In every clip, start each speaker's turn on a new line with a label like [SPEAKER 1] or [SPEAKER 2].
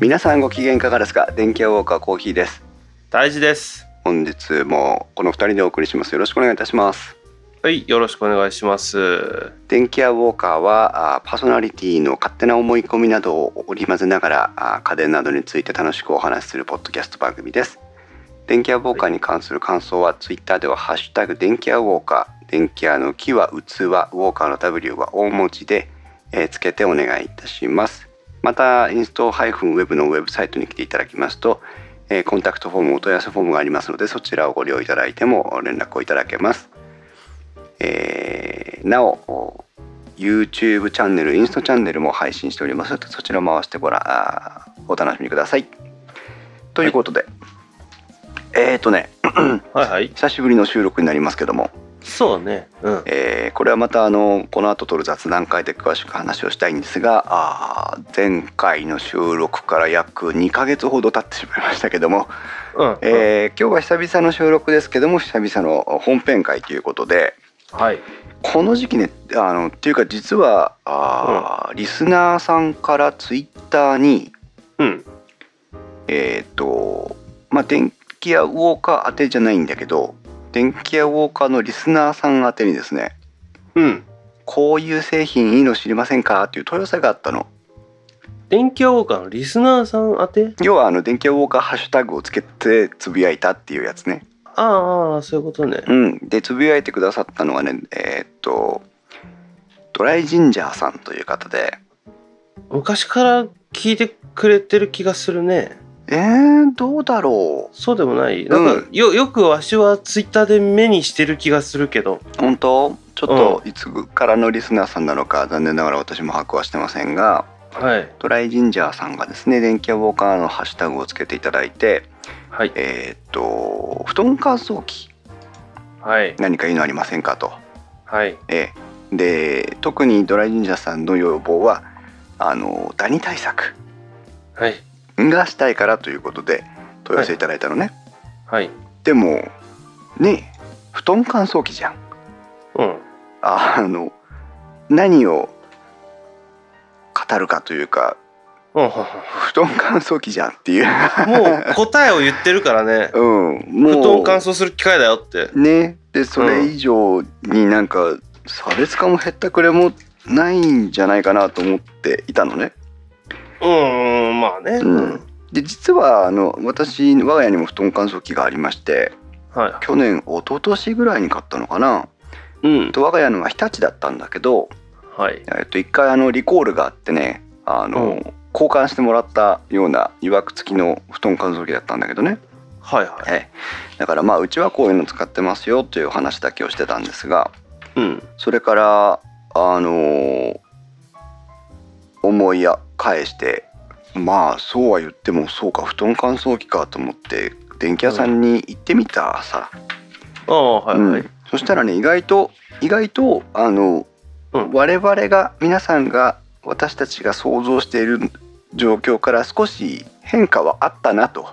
[SPEAKER 1] 皆さんご機嫌いかがですか電気屋ウォーカーコーヒーです
[SPEAKER 2] 大事です
[SPEAKER 1] 本日もこの二人でお送りしますよろしくお願いいたします
[SPEAKER 2] はいよろしくお願いします
[SPEAKER 1] 電気屋ウォーカーはあーパーソナリティの勝手な思い込みなどを織り交ぜながらあー家電などについて楽しくお話しするポッドキャスト番組です電気屋ウォーカーに関する感想はツイッターでは「ハッシュタグ電気屋ウォーカー」電気屋の木は器ウォーカーの W は大文字で、えーつけてお願いいたしますまたインスト -web のウェブサイトに来ていただきますと、えーコンタクトフォームお問い合わせフォームがありますのでそちらをご利用いただいても連絡をいただけますえーなお YouTube チャンネルインスタチャンネルも配信しておりますのでそちらも合わせてご覧あーお楽しみくださいということで、えっ、ー、とね
[SPEAKER 2] はいはい
[SPEAKER 1] 久しぶりの収録になりますけども、
[SPEAKER 2] そうねうん
[SPEAKER 1] えーこれはまたあのこの後撮る雑談会で詳しく話をしたいんですがあー前回の収録から約2ヶ月ほど経ってしまいましたけども、
[SPEAKER 2] うん、
[SPEAKER 1] えー今日は久々の収録ですけども久々の本編会ということで、
[SPEAKER 2] はい
[SPEAKER 1] この時期ねあのっていうか実はあー、リスナーさんからツイッターに
[SPEAKER 2] うん
[SPEAKER 1] えっ、とまあ電気屋ウォーカー宛てじゃないんだけど電気屋ウォーカーのリスナーさん宛てにですね
[SPEAKER 2] うん
[SPEAKER 1] こういう製品いいの知りませんかっていう問い合わせがあったの
[SPEAKER 2] 電気屋ウォーカーのリスナーさん宛て
[SPEAKER 1] 要はあの電気屋ウォーカーハッシュタグをつけてつぶやいたっていうやつね
[SPEAKER 2] ああそういうことね
[SPEAKER 1] うんでつぶやいてくださったのはねえっ、とドライジンジャーさんという方で
[SPEAKER 2] 昔から聞いてくれてる気がするね
[SPEAKER 1] えー、どうだろ
[SPEAKER 2] そうでもないなんか、よよくわしはツイッターで目にしてる気がするけど
[SPEAKER 1] 本当ちょっといつからのリスナーさんなのか残念ながら私も把握はしてませんが
[SPEAKER 2] はい
[SPEAKER 1] ドライジンジャーさんがですね電気屋ウォーカーのハッシュタグをつけていただいて
[SPEAKER 2] はい
[SPEAKER 1] えーっと布団乾燥機
[SPEAKER 2] はい
[SPEAKER 1] 何かいいのありませんかと、
[SPEAKER 2] はい
[SPEAKER 1] ええで特にドライジンジャーさんの要望はあのダニ対策
[SPEAKER 2] はい
[SPEAKER 1] がしたいからということで問い合わせいただいたのね、
[SPEAKER 2] はい
[SPEAKER 1] でもねえ布団乾燥機じゃん
[SPEAKER 2] うん
[SPEAKER 1] あの何を語るかというか
[SPEAKER 2] うん
[SPEAKER 1] 布団乾燥機じゃんっていう、
[SPEAKER 2] もう答えを言ってるから ね
[SPEAKER 1] うん、も
[SPEAKER 2] 布
[SPEAKER 1] う
[SPEAKER 2] 団乾燥する機会だよって
[SPEAKER 1] ねでそれ以上になんか差別化もへったくれもないんじゃないかなと思っていたのね。
[SPEAKER 2] うーんまあね、
[SPEAKER 1] うんで実はあの私我が家にも布団乾燥機がありまして
[SPEAKER 2] は
[SPEAKER 1] 去年一昨年ぐらいに買ったのかな。
[SPEAKER 2] いうん
[SPEAKER 1] と我が家のは日立だったんだけど
[SPEAKER 2] はい
[SPEAKER 1] えっと一回あのリコールがあってねあの、
[SPEAKER 2] うん
[SPEAKER 1] 交換してもらったような曰く付きの布団乾燥機だったんだけどね、
[SPEAKER 2] はいはい
[SPEAKER 1] ええだからまあうちはこういうの使ってますよという話だけをしてたんですが
[SPEAKER 2] うん
[SPEAKER 1] それからあのー思い返してまあそうは言ってもそうか布団乾燥機かと思って電気屋さんに行ってみたさ、
[SPEAKER 2] ああはいは
[SPEAKER 1] う
[SPEAKER 2] い
[SPEAKER 1] んそしたらね意外と意外とあの、
[SPEAKER 2] うん
[SPEAKER 1] 我々が皆さんが私たちが想像している状況から少し変化はあったなと、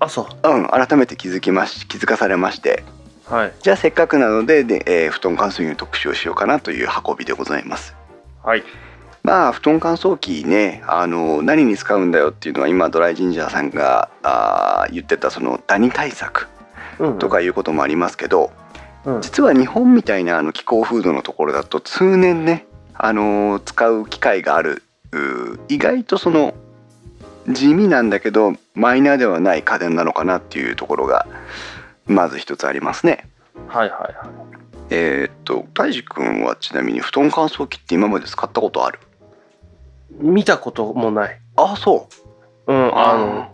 [SPEAKER 2] あそう
[SPEAKER 1] うん、改めて気づきまし気づかされまして
[SPEAKER 2] はい
[SPEAKER 1] じゃあせっかくなのでで、えー布団乾燥機の特集をしようかなという運びでございます。
[SPEAKER 2] はい
[SPEAKER 1] まあ布団乾燥機ねあの何に使うんだよっていうのは今ドライジンジャーさんがあー言ってたそのダニ対策
[SPEAKER 2] うん
[SPEAKER 1] とかいうこともありますけど、
[SPEAKER 2] うん
[SPEAKER 1] 実は日本みたいなあの気候風土のところだと通年ね、あのー使う機会があるうー意外とその地味なんだけどマイナーではない家電なのかなっていうところがまず一つありますね。
[SPEAKER 2] はいはいは
[SPEAKER 1] えーっと大志くんはちなみに布団乾燥機って今まで使ったことある
[SPEAKER 2] い見たこともない
[SPEAKER 1] あそう
[SPEAKER 2] うんあの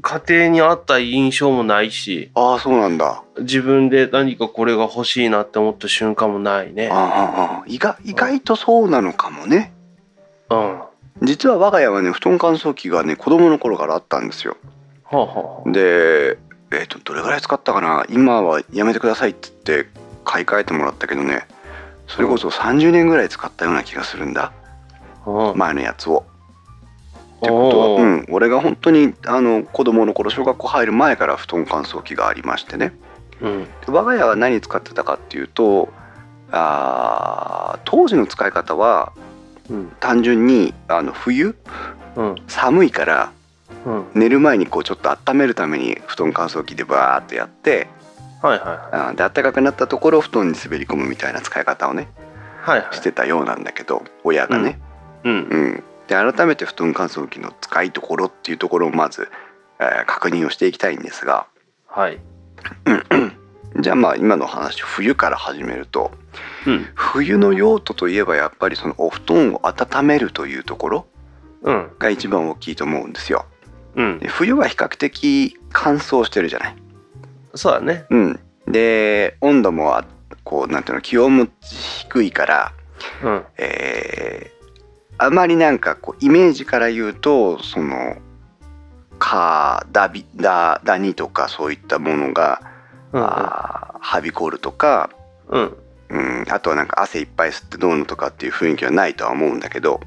[SPEAKER 2] 家庭にあった印象もないし
[SPEAKER 1] ああそうなんだ
[SPEAKER 2] 自分で何かこれが欲しいなって思った瞬間もないね
[SPEAKER 1] ああああ意外意外とそうなのかもね
[SPEAKER 2] うんは
[SPEAKER 1] 実は我が家はね布団乾燥機がね子供の頃からあったんですよ
[SPEAKER 2] あは
[SPEAKER 1] でえっ、とどれぐらい使ったかな今はやめてくださいっつって買い替えてもらったけどねそれこそ30年ぐらい使ったような気がするんだ
[SPEAKER 2] あうん
[SPEAKER 1] 前のやつを。ってことは
[SPEAKER 2] お
[SPEAKER 1] う
[SPEAKER 2] ー
[SPEAKER 1] ん、俺が本当にあの子供の頃小学校入る前から布団乾燥機がありましてね
[SPEAKER 2] うん
[SPEAKER 1] で我が家は何使ってたかっていうとあー当時の使い方は
[SPEAKER 2] うん
[SPEAKER 1] 単純にあの冬
[SPEAKER 2] うん
[SPEAKER 1] 寒いから
[SPEAKER 2] うん
[SPEAKER 1] 寝る前にこうちょっと温めるために布団乾燥機でバーっとやって
[SPEAKER 2] はいはいは
[SPEAKER 1] あーで暖かくなったところを布団に滑り込むみたいな使い方をね
[SPEAKER 2] いはいは
[SPEAKER 1] し
[SPEAKER 2] い
[SPEAKER 1] てたようなんだけど親がね。
[SPEAKER 2] うん
[SPEAKER 1] うん、で改めて布団乾燥機の使いどころっていうところをまず、えー確認をしていきたいんですが
[SPEAKER 2] はい
[SPEAKER 1] じゃあまあ今の話冬から始めると
[SPEAKER 2] うん
[SPEAKER 1] 冬の用途といえばやっぱりそのお布団を温めるというところ
[SPEAKER 2] うん
[SPEAKER 1] が一番大きいと思うんですよ。
[SPEAKER 2] うん
[SPEAKER 1] で冬は比較的乾燥してるじゃない。
[SPEAKER 2] そうだね
[SPEAKER 1] うん、で温度もあこうなんていうの気温も低いから、
[SPEAKER 2] うん
[SPEAKER 1] えーあまりなんかこうイメージから言うとそのカーダビダダニとかそういったものが、
[SPEAKER 2] うん
[SPEAKER 1] あーはびこるとか、
[SPEAKER 2] うん
[SPEAKER 1] うん、あとはなんか汗いっぱい吸ってどうのとかっていう雰囲気はないとは思うんだけど、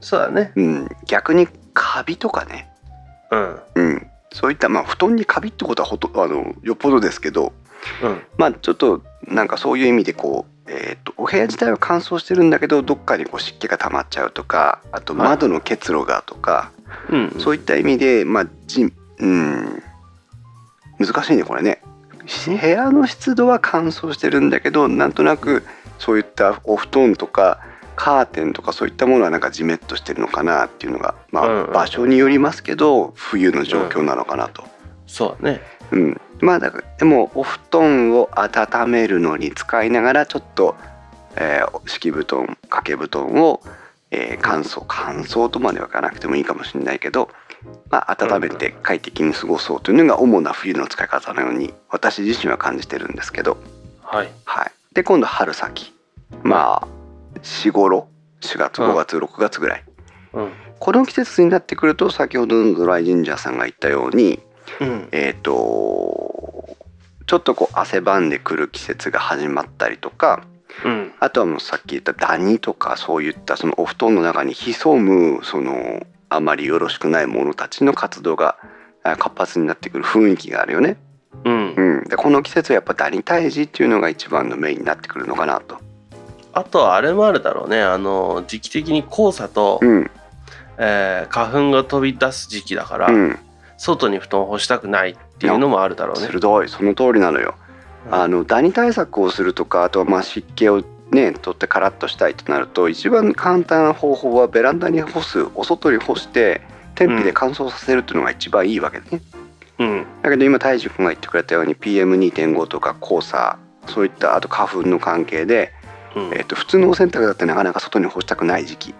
[SPEAKER 2] そうだね
[SPEAKER 1] うん、逆にカビとかね、
[SPEAKER 2] うん
[SPEAKER 1] うん、そういった、まあ、布団にカビってことはほとあのよっぽどですけど、
[SPEAKER 2] うん
[SPEAKER 1] まあ、ちょっとなんかそういう意味でこう、えー、とお部屋自体は乾燥してるんだけどどっかにこう湿気が溜まっちゃうとかあと
[SPEAKER 2] はい
[SPEAKER 1] 窓の結露がとか、
[SPEAKER 2] うん
[SPEAKER 1] そういった意味で、まあじうん、難しいねこれね。部屋の湿度は乾燥してるんだけどなんとなくそういったお布団とかカーテンとかそういったものはなんかジメッとしてるのかなっていうのが、ま
[SPEAKER 2] うん
[SPEAKER 1] あ、
[SPEAKER 2] うん
[SPEAKER 1] 場所によりますけど冬の状況なのかなと。
[SPEAKER 2] そうだね
[SPEAKER 1] うん、まあだからでもお布団を温めるのに使いながらちょっと、えー敷布団掛け布団を、えー乾燥乾燥とまではいかなくてもいいかもしれないけど、まあ、温めて快適に過ごそうというのが主な冬の使い方のように私自身は感じてるんですけど、
[SPEAKER 2] はい
[SPEAKER 1] はい、で今度春先まあ4頃4月
[SPEAKER 2] うん
[SPEAKER 1] 5月6月ぐらい、
[SPEAKER 2] うん
[SPEAKER 1] この季節になってくると先ほどのドライジンジャーさんが言ったように
[SPEAKER 2] うん
[SPEAKER 1] えー、とちょっとこう汗ばんでくる季節が始まったりとか
[SPEAKER 2] うん
[SPEAKER 1] あとはもうさっき言ったダニとかそういったそのお布団の中に潜むそのあまりよろしくないものたちの活動があ活発になってくる雰囲気があるよね。
[SPEAKER 2] うん
[SPEAKER 1] うん、でこの季節はやっぱダニ退治っていうのが一番のメインになってくるのかなと。
[SPEAKER 2] あとはあれもあるだろうねあの時期的に黄砂と、
[SPEAKER 1] うん
[SPEAKER 2] えー花粉が飛び出す時期だから、
[SPEAKER 1] うん、
[SPEAKER 2] 外に布団を干したくないっていうのもあるだろうね
[SPEAKER 1] 鋭いその通りなのよ。
[SPEAKER 2] うん
[SPEAKER 1] あのダニ対策をするとかあとはまあ湿気をね取ってカラッとしたいとなると一番簡単な方法はベランダに干すお外に干して天日で乾燥させるっていうのが一番いいわけね、
[SPEAKER 2] うん
[SPEAKER 1] だけど今太一君が言ってくれたように PM2.5 とか黄砂そういったあと花粉の関係で、
[SPEAKER 2] うん
[SPEAKER 1] えっと普通のお洗濯だってなかなか外に干したくない時期、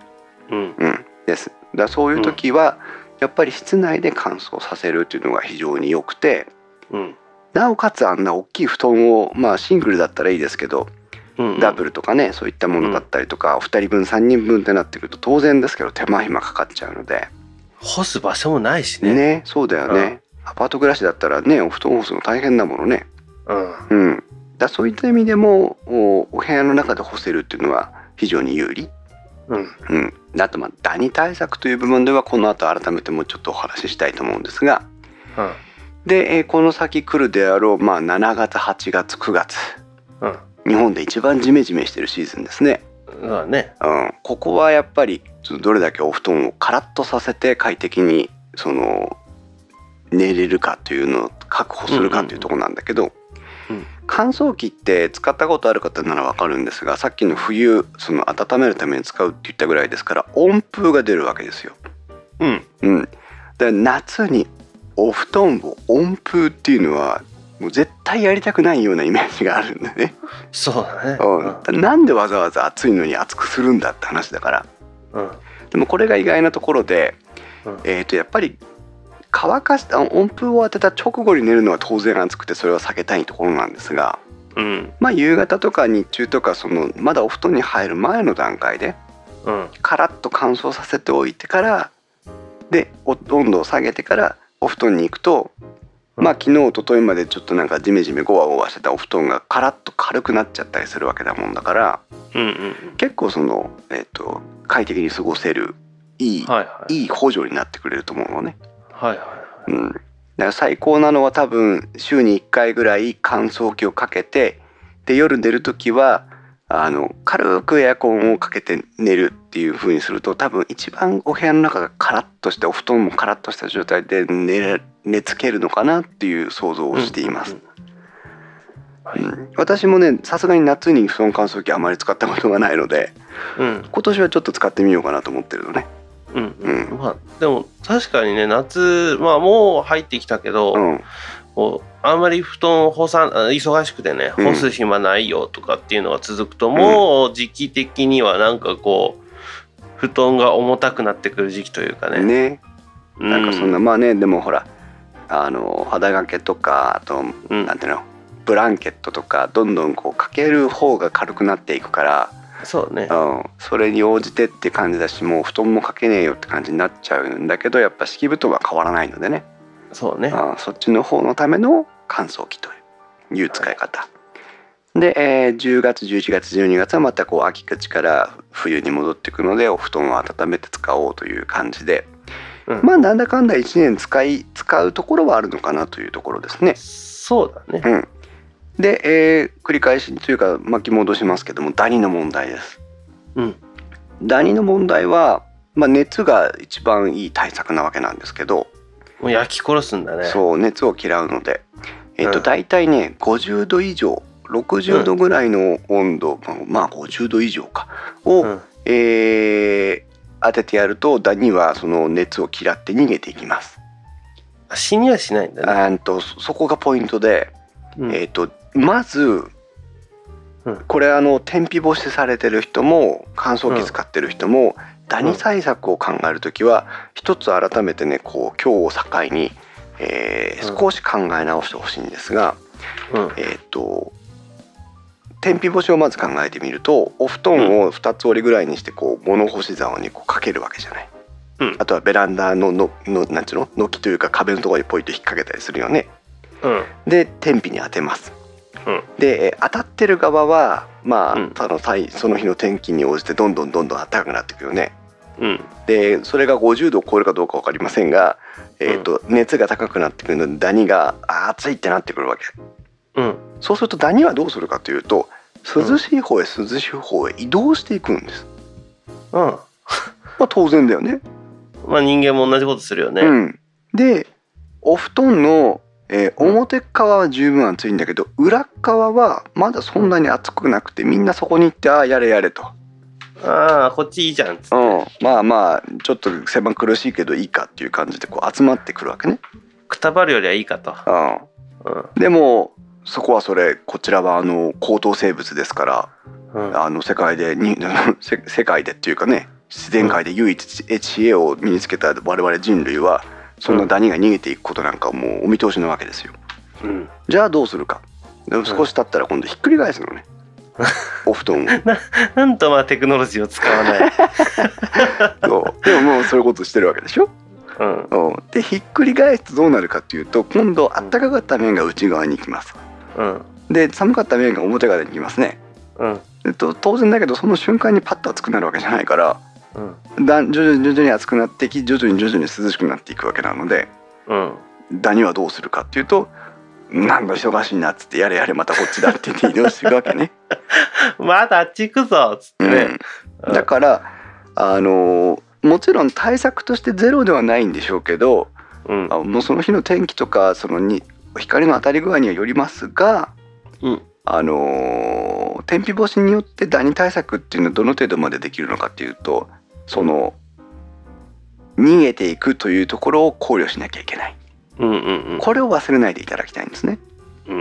[SPEAKER 2] うん
[SPEAKER 1] うん、ですだからそういう時は、やっぱり室内で乾燥させるっていうのが非常に良くて
[SPEAKER 2] うん
[SPEAKER 1] なおかつあんな大きい布団をまあシングルだったらいいですけど
[SPEAKER 2] うん
[SPEAKER 1] ダブルとかねそういったものだったりとか、お二人分3人分ってなってくると当然ですけど手間暇かかっちゃうので
[SPEAKER 2] 干す場所もないし
[SPEAKER 1] ね
[SPEAKER 2] ね
[SPEAKER 1] そうだよね、アパート暮らしだったらねお布団干すの大変なものね
[SPEAKER 2] う
[SPEAKER 1] う
[SPEAKER 2] ん
[SPEAKER 1] んだそういった意味でもおお部屋の中で干せるっていうのは非常に有利
[SPEAKER 2] うん
[SPEAKER 1] うんあとまあダニ対策という部分ではこの後改めてもうちょっとお話ししたいと思うんですが
[SPEAKER 2] うん
[SPEAKER 1] で、えーこの先来るであろう、まあ、7月8月9月
[SPEAKER 2] うん
[SPEAKER 1] 日本で一番ジメジメしてるシーズンですね
[SPEAKER 2] そうだね
[SPEAKER 1] うん、ここはやっぱりちょっとどれだけお布団をカラッとさせて快適にその寝れるかというのを確保するかというところなんだけど、
[SPEAKER 2] うんうん
[SPEAKER 1] 乾燥機って使ったことある方ならわかるんですがさっきの冬その温めるために使うって言ったぐらいですから温風が出るわけですよ。
[SPEAKER 2] うん
[SPEAKER 1] うん、で夏にお布団を温風っていうのはもう絶対やりたくないようなイメージがあるんだね。
[SPEAKER 2] そうだね
[SPEAKER 1] うんだなんでわざわざ暑いのに暑くするんだって話だから。
[SPEAKER 2] うんうん
[SPEAKER 1] でもこれが意外なところで、
[SPEAKER 2] うん
[SPEAKER 1] えー、とやっぱり乾かした温風を当てた直後に寝るのは当然暑くてそれは避けたいところなんですが、
[SPEAKER 2] うん
[SPEAKER 1] まあ、夕方とか日中とかそのまだお布団に入る前の段階で
[SPEAKER 2] うん
[SPEAKER 1] カラッと乾燥させておいてからでお温度を下げてからお布団に行くと、
[SPEAKER 2] うん
[SPEAKER 1] まあ、昨日一昨日までちょっとなんかジメジメゴワゴワしてたお布団がカラッと軽くなっちゃったりするわけだもんだから
[SPEAKER 2] うんうん
[SPEAKER 1] 結構その、えー、と快適に過ごせるいい
[SPEAKER 2] はいはい
[SPEAKER 1] いい補助になってくれると思うのね。
[SPEAKER 2] はいは
[SPEAKER 1] うん、だから最高なのは多分週に1回ぐらい乾燥機をかけてで夜寝る時はあの軽くエアコンをかけて寝るっていう風にすると多分一番お部屋の中がカラッとしてお布団もカラッとした状態で寝ら寝つけるのかなっていう想像をしています。
[SPEAKER 2] うん。はい。
[SPEAKER 1] うん私もねさすがに夏に布団乾燥機あまり使ったことがないので
[SPEAKER 2] うん。
[SPEAKER 1] 今年はちょっと使ってみようかなと思ってるのね。
[SPEAKER 2] うん。
[SPEAKER 1] う
[SPEAKER 2] まあ、でも確かにね、夏、まあもう入ってきたけど、
[SPEAKER 1] うん、
[SPEAKER 2] こうあんまり布団を干さんあ忙しくてね
[SPEAKER 1] うん
[SPEAKER 2] 干す暇ないよとかっていうのが続くと、もう時期的にはなんかこう布団が重たくなってくる時期というかね
[SPEAKER 1] ね
[SPEAKER 2] う
[SPEAKER 1] なんかそんな、まあねでもほらあの肌掛けとかあと
[SPEAKER 2] うん
[SPEAKER 1] なんていうのブランケットとかどんどんこうかける方が軽くなっていくから、
[SPEAKER 2] そうね
[SPEAKER 1] うん、それに応じてって感じだしもう布団もかけねえよって感じになっちゃうんだけどやっぱ敷布団は変わらないのでね、
[SPEAKER 2] そうね
[SPEAKER 1] うん、そっちの方のための乾燥機という使い方。で、えー10月11月12月はまたこう秋口から冬に戻っていくのでお布団を温めて使おうという感じで、
[SPEAKER 2] うん
[SPEAKER 1] まあなんだかんだ1年使い使うところはあるのかなというところですね。
[SPEAKER 2] そうだね
[SPEAKER 1] うん、で、えー繰り返しというか巻き戻しますけどもダニの問題です。
[SPEAKER 2] うん
[SPEAKER 1] ダニの問題は、まあ、熱が一番いい対策なわけなんですけど、
[SPEAKER 2] もう焼き殺すんだね
[SPEAKER 1] そう熱を嫌うので、えっと
[SPEAKER 2] うん
[SPEAKER 1] 大体ね50度以上60度ぐらいの温度、まあ50度以上かを、
[SPEAKER 2] うん
[SPEAKER 1] えー当ててやるとダニはその熱を嫌って逃げていきます。
[SPEAKER 2] あ死にはしないんだね
[SPEAKER 1] あーんとそそこがポイントで、
[SPEAKER 2] うん
[SPEAKER 1] えー、とまず、
[SPEAKER 2] うん
[SPEAKER 1] これあの天日干しされてる人も乾燥機使ってる人も、ダニ対策を考える時は一つ改めてねこう今日を境に、えー
[SPEAKER 2] うん
[SPEAKER 1] 少し考え直してほしいんですが、
[SPEAKER 2] うん
[SPEAKER 1] えー、と天日干しをまず考えてみるとお布団を2つ折りぐらいにしてこう物干し竿にこうかけるわけじゃない。
[SPEAKER 2] うん
[SPEAKER 1] あとはベランダのののなんちゅうの軒というか壁のところにポイッと引っ掛けたりするよね。
[SPEAKER 2] うん
[SPEAKER 1] で天日に当てます、
[SPEAKER 2] うん
[SPEAKER 1] でえー当たってる側はまあ、
[SPEAKER 2] うん
[SPEAKER 1] その際その日の天気に応じてどんどんどんどん暖かくなっていくよね
[SPEAKER 2] うん
[SPEAKER 1] でそれが50度を超えるかどうか分かりませんが、えーと熱が高くなってくるのでダニがあー暑いってなってくるわけ
[SPEAKER 2] うん
[SPEAKER 1] そうするとダニはどうするかというと涼しい方へ涼しい方へ移動していくんです、
[SPEAKER 2] うん
[SPEAKER 1] まあ当然だよね
[SPEAKER 2] まあ人間も同じことするよね、
[SPEAKER 1] うん、でお布団の、えー
[SPEAKER 2] うん
[SPEAKER 1] 表側は十分暑いんだけど裏側はまだそんなに暑くなくてみんなそこに行ってああやれやれと、
[SPEAKER 2] ああこっちいいじゃんっつって
[SPEAKER 1] うん、まあまあちょっと狭苦しいけどいいかっていう感じでこう集まってくるわけね、
[SPEAKER 2] くたばるよりはいいかと、
[SPEAKER 1] う
[SPEAKER 2] うん
[SPEAKER 1] ん、でもそこはそれこちらはあの高等生物ですから
[SPEAKER 2] うん、
[SPEAKER 1] あの世界でに せ世界でっていうかね自然界で唯一知知恵を身につけた我々人類はそんなダニが逃げていくことなんかもうお見通しなわけですよ。
[SPEAKER 2] うん
[SPEAKER 1] じゃあどうするかでも少し経ったら今度ひっくり返すのね、 お布団を
[SPEAKER 2] なんとまあテクノロジーを使わ ない。
[SPEAKER 1] そうでももうそういうことしてるわけでしょ、
[SPEAKER 2] うん。
[SPEAKER 1] うん、でひっくり返すとどうなるかっていうと今度あったかかった面が内側に行きます
[SPEAKER 2] うん。
[SPEAKER 1] で寒かった面が表側に行きますね
[SPEAKER 2] うん。
[SPEAKER 1] でと当然だけどその瞬間にパッと熱くなるわけじゃないから
[SPEAKER 2] うん。
[SPEAKER 1] だん徐々に徐々に熱くなってき徐々に徐々に涼しくなっていくわけなので
[SPEAKER 2] うん。
[SPEAKER 1] ダニはどうするかっていうとなんだ忙しいなっつってやれやれまたこっちだって言って移動していくわけね
[SPEAKER 2] まだあっち行くぞっつってね。
[SPEAKER 1] うん、だからあのーもちろん対策としてゼロではないんでしょうけど
[SPEAKER 2] うん。
[SPEAKER 1] あもうその日の天気とかそのに光の当たり具合にはよりますが、
[SPEAKER 2] うん
[SPEAKER 1] あのー天日干しによってダニ対策っていうのはどの程度までできるのかっていうとその逃げていくというところを考慮しなきゃいけない。
[SPEAKER 2] うんうん
[SPEAKER 1] これを忘れないでいただきたいんですね。
[SPEAKER 2] うん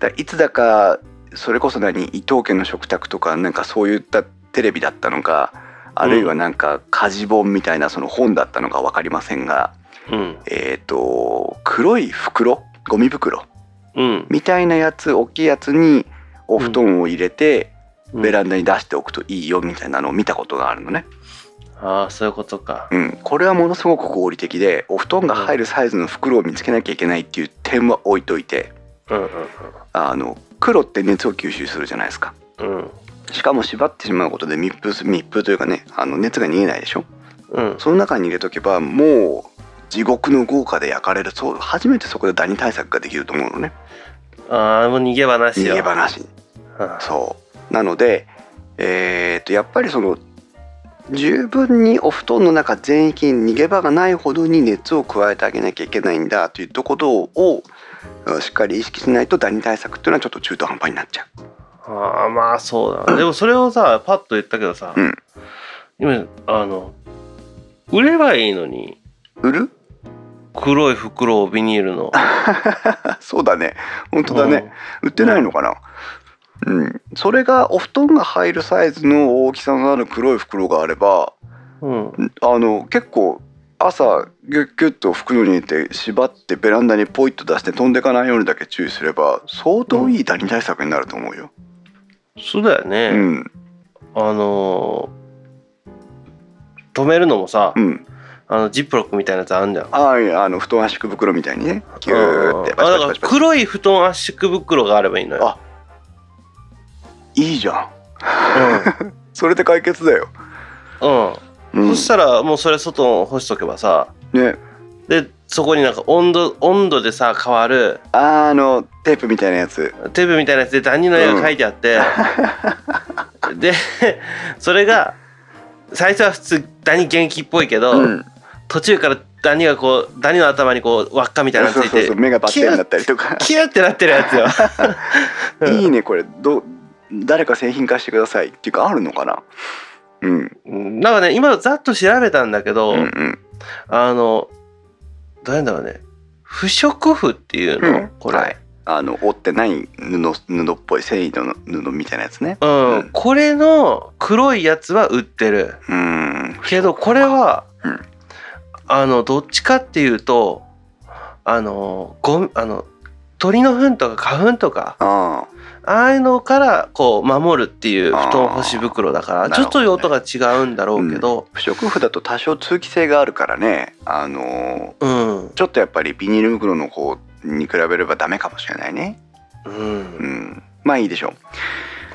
[SPEAKER 1] だからいつだかそれこそ何伊藤家の食卓とかなんかそういったテレビだったのかあるいはなんか家事本みたいなその本だったのか分かりませんが、
[SPEAKER 2] うん。
[SPEAKER 1] えっ、と黒い袋ゴミ袋
[SPEAKER 2] うん。
[SPEAKER 1] みたいなやつ大きいやつにお布団を入れて
[SPEAKER 2] うん。
[SPEAKER 1] ベランダに出しておくといいよみたいなのを見たことがあるのね。
[SPEAKER 2] ああ、そういうことか。
[SPEAKER 1] うん、これはものすごく合理的でお布団が入るサイズの袋を見つけなきゃいけないっていう点は置いといて、
[SPEAKER 2] うんうん
[SPEAKER 1] あの黒って熱を吸収するじゃないですか
[SPEAKER 2] うん。うん。
[SPEAKER 1] しかも縛ってしまうことで密封す密封というかねあの熱が逃げないでしょ
[SPEAKER 2] うん。
[SPEAKER 1] その中に入れとけばもう地獄の豪華で焼かれるそう初めてそこでダニ対策ができると思うのね
[SPEAKER 2] ああ、もう逃げ場なし
[SPEAKER 1] 逃
[SPEAKER 2] よ。
[SPEAKER 1] げ場なしに
[SPEAKER 2] うん
[SPEAKER 1] そうなのでえー、とやっぱりその十分にお布団の中全域に逃げ場がないほどに熱を加えてあげなきゃいけないんだといったことをうんしっかり意識しないとダニ対策っていうのはちょっと中途半端になっちゃう。
[SPEAKER 2] あーまあそうだなでもそれをさパッと言ったけどさ、
[SPEAKER 1] うん
[SPEAKER 2] 今あの売ればいいのに
[SPEAKER 1] 売る
[SPEAKER 2] 黒い袋をビニールの
[SPEAKER 1] そうだね本当だね、売ってないのかな、うん、それがお布団が入るサイズの大きさのある黒い袋があれば
[SPEAKER 2] うん、うん
[SPEAKER 1] あの結構朝ギュッギュッと袋に入れて縛ってベランダにポイッと出して飛んでかないようにだけ注意すれば相当いいダニ対策になると思うよ。
[SPEAKER 2] そうだよ
[SPEAKER 1] う
[SPEAKER 2] ね、
[SPEAKER 1] ん、
[SPEAKER 2] あのー止めるのもさ、
[SPEAKER 1] うん、
[SPEAKER 2] あのジップロックみたいなやつあんじゃん
[SPEAKER 1] あああの布団圧縮袋みたいにねギューってバチ
[SPEAKER 2] うんあだか
[SPEAKER 1] バチ
[SPEAKER 2] ら
[SPEAKER 1] バチバチ
[SPEAKER 2] 黒い布団圧縮袋があればいいのよ
[SPEAKER 1] あいいじゃん
[SPEAKER 2] う
[SPEAKER 1] それで解決だよ。
[SPEAKER 2] ん、うん
[SPEAKER 1] うん、
[SPEAKER 2] そしたらもうそれ外干しとけばさ
[SPEAKER 1] ね
[SPEAKER 2] でそこになんか温度温度でさ変わる
[SPEAKER 1] あのテープみたいなやつ
[SPEAKER 2] テープみたいなやつでダニの絵が描いてあって、でそれが最初は普通ダニ元気っぽいけど、
[SPEAKER 1] うん
[SPEAKER 2] 途中からダニがこうダニの頭にこう輪っかみたいなのつ
[SPEAKER 1] そう
[SPEAKER 2] い
[SPEAKER 1] そう
[SPEAKER 2] て
[SPEAKER 1] そう目がバッテンになったりとか。
[SPEAKER 2] キューってなってるやつよ
[SPEAKER 1] いいねこれどう誰か製品化してくださいっていうかあるのかなうん
[SPEAKER 2] うんなんかね今ざっと調べたんだけど、
[SPEAKER 1] うんうん
[SPEAKER 2] あのどうやんだろうね不織布っていうの、
[SPEAKER 1] うん
[SPEAKER 2] これ、
[SPEAKER 1] はいあの折ってない布布っぽい繊維の布みたいなやつね
[SPEAKER 2] うん
[SPEAKER 1] うん
[SPEAKER 2] これの黒いやつは売ってる
[SPEAKER 1] うーん
[SPEAKER 2] けどこれは、
[SPEAKER 1] うん
[SPEAKER 2] あのどっちかっていうとあのゴミあの鳥の糞とか花粉とか
[SPEAKER 1] あ
[SPEAKER 2] ああいうのからこう守るっていう布団干し袋だか
[SPEAKER 1] あー
[SPEAKER 2] らちょっと用途が違うんだろうけど
[SPEAKER 1] あ不織布だと多少通気性があるからねあのー
[SPEAKER 2] うん
[SPEAKER 1] ちょっとやっぱりビニール袋の方に比べればダメかもしれないね
[SPEAKER 2] うん、
[SPEAKER 1] うんまあいいでしょ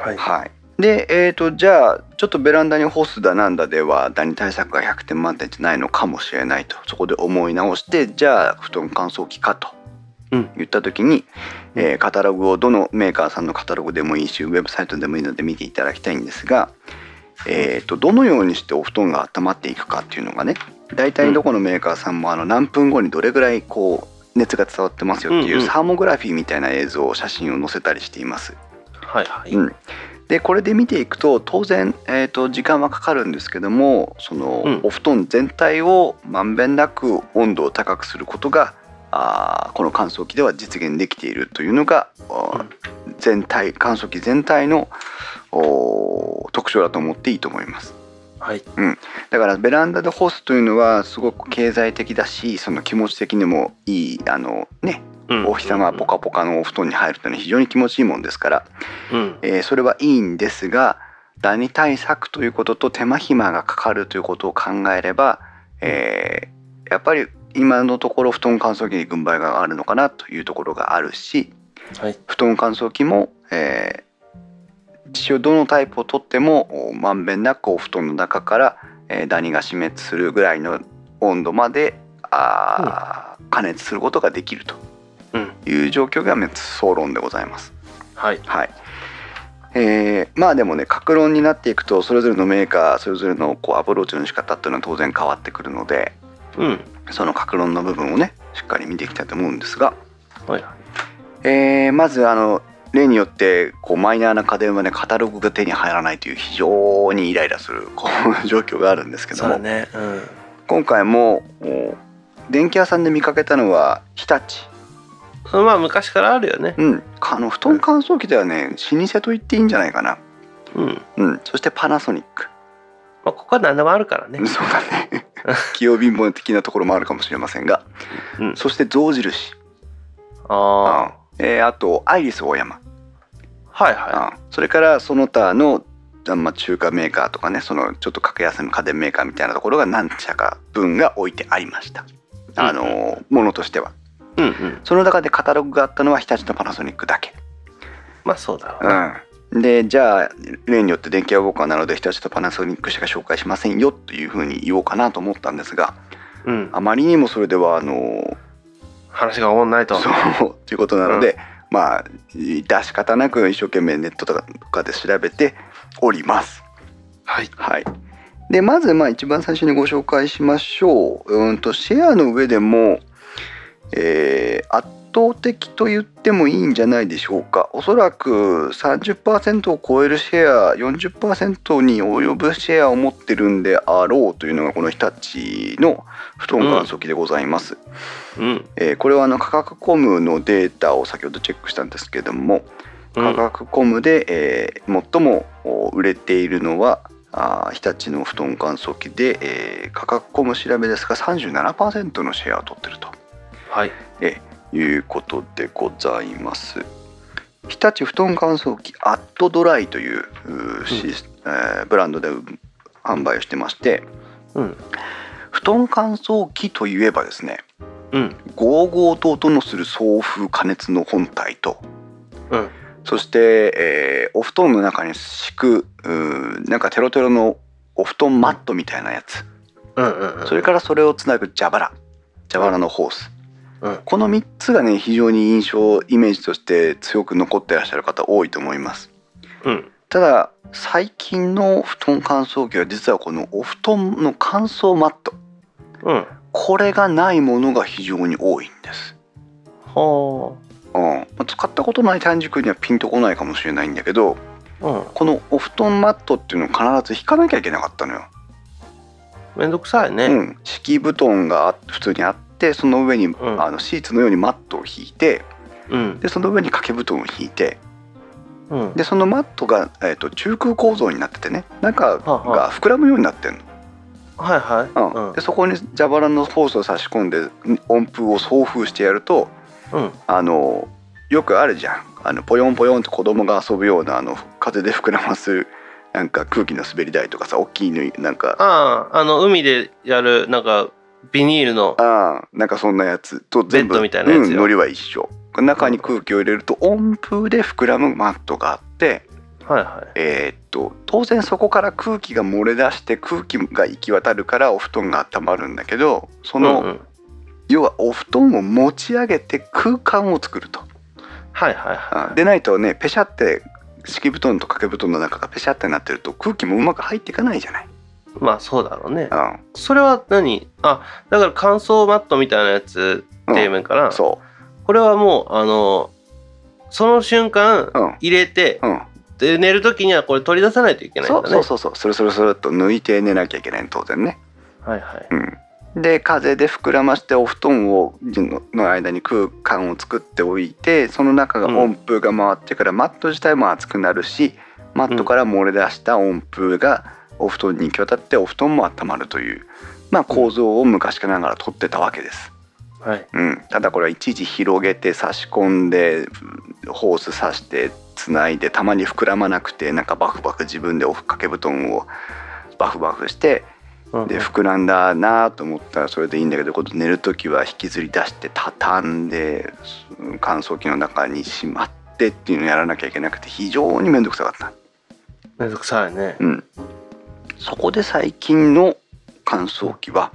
[SPEAKER 1] う
[SPEAKER 2] はい、
[SPEAKER 1] はいでえー、とじゃあちょっとベランダに干すだなんだではダニ対策が100点満点じゃないのかもしれないとそこで思い直してじゃあ布団乾燥機かと
[SPEAKER 2] うん
[SPEAKER 1] 言った時に、えーカタログをどのメーカーさんのカタログでもいいしウェブサイトでもいいので見ていただきたいんですが、えー、とどのようにしてお布団が温まっていくかっていうのがね大体どこのメーカーさんもあの何分後にどれぐらいこう熱が伝わってますよってい
[SPEAKER 2] うん
[SPEAKER 1] う
[SPEAKER 2] うん
[SPEAKER 1] サーモグラフィーみたいな映像写真を載せたりしています。
[SPEAKER 2] はいはい
[SPEAKER 1] うんでこれで見ていくと当然、えー、と時間はかかるんですけどもその、
[SPEAKER 2] うん
[SPEAKER 1] お布団全体をまんべんなく温度を高くすることがあーこの乾燥機では実現できているというのが、あー全体乾燥機全体のおー特徴だと思っていいと思います
[SPEAKER 2] はい
[SPEAKER 1] だからベランダで干すというのはすごく経済的だしその気持ち的にもいいあのね
[SPEAKER 2] うん
[SPEAKER 1] お日様ポカポカのお布団に入るというのは非常に気持ちいいもんですから
[SPEAKER 2] うん
[SPEAKER 1] えーそれはいいんですがダニ対策ということと手間暇がかかるということを考えれば、えーやっぱり今のところ布団乾燥機に軍配があるのかなというところがあるし
[SPEAKER 2] はい
[SPEAKER 1] 布団乾燥機も、えー一応どのタイプを取ってもおまんべんなくお布団の中から、えーダニが死滅するぐらいの温度まであー加熱することができると
[SPEAKER 2] うん
[SPEAKER 1] いう状況が滅相論でございます。
[SPEAKER 2] はい
[SPEAKER 1] はいえーまあでもね格論になっていくとそれぞれのメーカーそれぞれのこうアプローチの仕方っていうのは当然変わってくるので
[SPEAKER 2] うん
[SPEAKER 1] その格論の部分をねしっかり見ていきたいと思うんですが、
[SPEAKER 2] はい
[SPEAKER 1] えーまずあの例によってこうマイナーな家電はねカタログが手に入らないという非常にイライラするこう 状況があるんですけど
[SPEAKER 2] そう
[SPEAKER 1] も、
[SPEAKER 2] だねうん
[SPEAKER 1] 今回もお電気屋さんで見かけたのは日立、
[SPEAKER 2] まあ昔からあるよね
[SPEAKER 1] うん、あの布団乾燥機ではね老舗と言っていいんじゃないかな、
[SPEAKER 2] うんま
[SPEAKER 1] うん、そしてパナソニック
[SPEAKER 2] あここは何でもあるからね
[SPEAKER 1] そうだね器用貧乏的なところもあるかもしれませんが、
[SPEAKER 2] うん
[SPEAKER 1] そして象印
[SPEAKER 2] あ
[SPEAKER 1] あ,、えーあとアイリス大山、
[SPEAKER 2] あはいは
[SPEAKER 1] うんそれからその他の、あまあ、中華メーカーとかねそのちょっと格安の家電メーカーみたいなところが何社か分が置いてありましたあのーものとしてはい
[SPEAKER 2] うんうん
[SPEAKER 1] その中でカタログがあったのは日立とパナソニックだけ、
[SPEAKER 2] まあそうだろうね
[SPEAKER 1] うん、でじゃあ例によって電気屋ウォーカーなので日立とパナソニックしか紹介しませんよというふうに言おうかなと思ったんですが
[SPEAKER 2] うん
[SPEAKER 1] あまりにもそれではあのー
[SPEAKER 2] 話が終わんないと
[SPEAKER 1] そうということなので、まあ致し方なく一生懸命ネットとかで調べて、おります。
[SPEAKER 2] はい
[SPEAKER 1] はい、でまずまあ一番最初にご紹介しましょううんとシェアの上でも、えー圧倒的と言ってもいいんじゃないでしょうかおそらく30%を超えるシェア40%に及ぶシェアを持ってるんであろうというのがこの日立の布団乾燥機でございます、
[SPEAKER 2] うん
[SPEAKER 1] えーこれはあの価格コムのデータを先ほどチェックしたんですけども
[SPEAKER 2] う
[SPEAKER 1] 価
[SPEAKER 2] ん
[SPEAKER 1] 格コムで、えー最もお売れているのはあー日立の布団乾燥機で、えー価格コム調べですが37%のシェアを取ってると
[SPEAKER 2] はい
[SPEAKER 1] いうことでございます日立布団乾燥機アットドライといううーシスえーブランドで販売をしてまして
[SPEAKER 2] うん
[SPEAKER 1] 布団乾燥機といえばですね
[SPEAKER 2] うん
[SPEAKER 1] ゴーゴーと音のする送風加熱の本体と
[SPEAKER 2] うん
[SPEAKER 1] そして、えーお布団の中に敷くうーなんかテロテロのお布団マットみたいなやつ
[SPEAKER 2] うんうんうん
[SPEAKER 1] それからそれをつなぐ蛇腹蛇腹のホース、
[SPEAKER 2] うん
[SPEAKER 1] この3つがね非常に印象イメージとして強く残ってらっしゃる方多いと思います
[SPEAKER 2] うん
[SPEAKER 1] ただ最近の布団乾燥機は実はこのお布団の乾燥マット
[SPEAKER 2] うん
[SPEAKER 1] これがないものが非常に多いんです
[SPEAKER 2] は
[SPEAKER 1] うんまあ使ったことない短軸にはピンとこないかもしれないんだけど
[SPEAKER 2] あうん
[SPEAKER 1] このお布団マットっていうのを必ず引かなきゃいけなかったのよ。
[SPEAKER 2] めんどくさいね、
[SPEAKER 1] うん、敷布団があ普通にあってその上に、
[SPEAKER 2] ん
[SPEAKER 1] あのシーツのようにマットを引いて
[SPEAKER 2] うん
[SPEAKER 1] でその上に掛け布団を引いて
[SPEAKER 2] うん
[SPEAKER 1] でそのマットが、えー、と中空構造になっててね中
[SPEAKER 2] はあは
[SPEAKER 1] が膨らむようになってんの。
[SPEAKER 2] はいはい
[SPEAKER 1] うんでそこに蛇腹のホースを差し込んで温風を送風してやると
[SPEAKER 2] うんうん
[SPEAKER 1] あのよくあるじゃんあのポヨンポヨンと子供が遊ぶようなあの風で膨らますなんか空気の滑り台とかさ大きいのになんか
[SPEAKER 2] あああの海でやるなんかビニールの
[SPEAKER 1] ああなんかそんなやつと全部
[SPEAKER 2] ベッドみたいなやつよ
[SPEAKER 1] うん、ノリは一緒中に空気を入れると温風で膨らむマットがあって
[SPEAKER 2] はいはい
[SPEAKER 1] えーっと当然そこから空気が漏れ出して空気が行き渡るからお布団が温まるんだけどその、
[SPEAKER 2] うんうん、
[SPEAKER 1] 要はお布団を持ち上げて空間を作ると
[SPEAKER 2] はいはいは
[SPEAKER 1] あでないとねペシャって敷布団と掛け布団の中がペシャってなってると空気もうまく入っていかないじゃない、
[SPEAKER 2] いまあそうだろうね
[SPEAKER 1] うん
[SPEAKER 2] それは何あだから乾燥マットみたいなやつ
[SPEAKER 1] うん
[SPEAKER 2] 底面から、
[SPEAKER 1] そ
[SPEAKER 2] これはもうあのその瞬間
[SPEAKER 1] ううん
[SPEAKER 2] 入れて、
[SPEAKER 1] うん
[SPEAKER 2] で寝る時にはこれ取り出さないといけないん
[SPEAKER 1] そ
[SPEAKER 2] だ
[SPEAKER 1] う
[SPEAKER 2] ね
[SPEAKER 1] そうそうそうそれそれそれと抜いて寝なきゃいけないの当然ね
[SPEAKER 2] はいはい
[SPEAKER 1] うん、で風で膨らましてお布団をのの間に空間を作っておいてその中が
[SPEAKER 2] うん
[SPEAKER 1] 温風が回ってからマット自体も熱くなるし、マットから漏れ出した温風がお布団に行き渡ってお布団も温まるという、まあ、構造を昔からながら取ってたわけです。
[SPEAKER 2] はい
[SPEAKER 1] うん、ただこれはいちいち広げて差し込んでホース差してつないでたまに膨らまなくてなんかバフバフ自分でお掛け布団をバフバフして
[SPEAKER 2] うん
[SPEAKER 1] で膨らんだなと思ったらそれでいいんだけど今度寝る時は引きずり出して畳んでうん乾燥機の中にしまってっていうのをやらなきゃいけなくて非常に面倒くさかった、
[SPEAKER 2] めんどくさいね、
[SPEAKER 1] うん、そこで最近の乾燥機は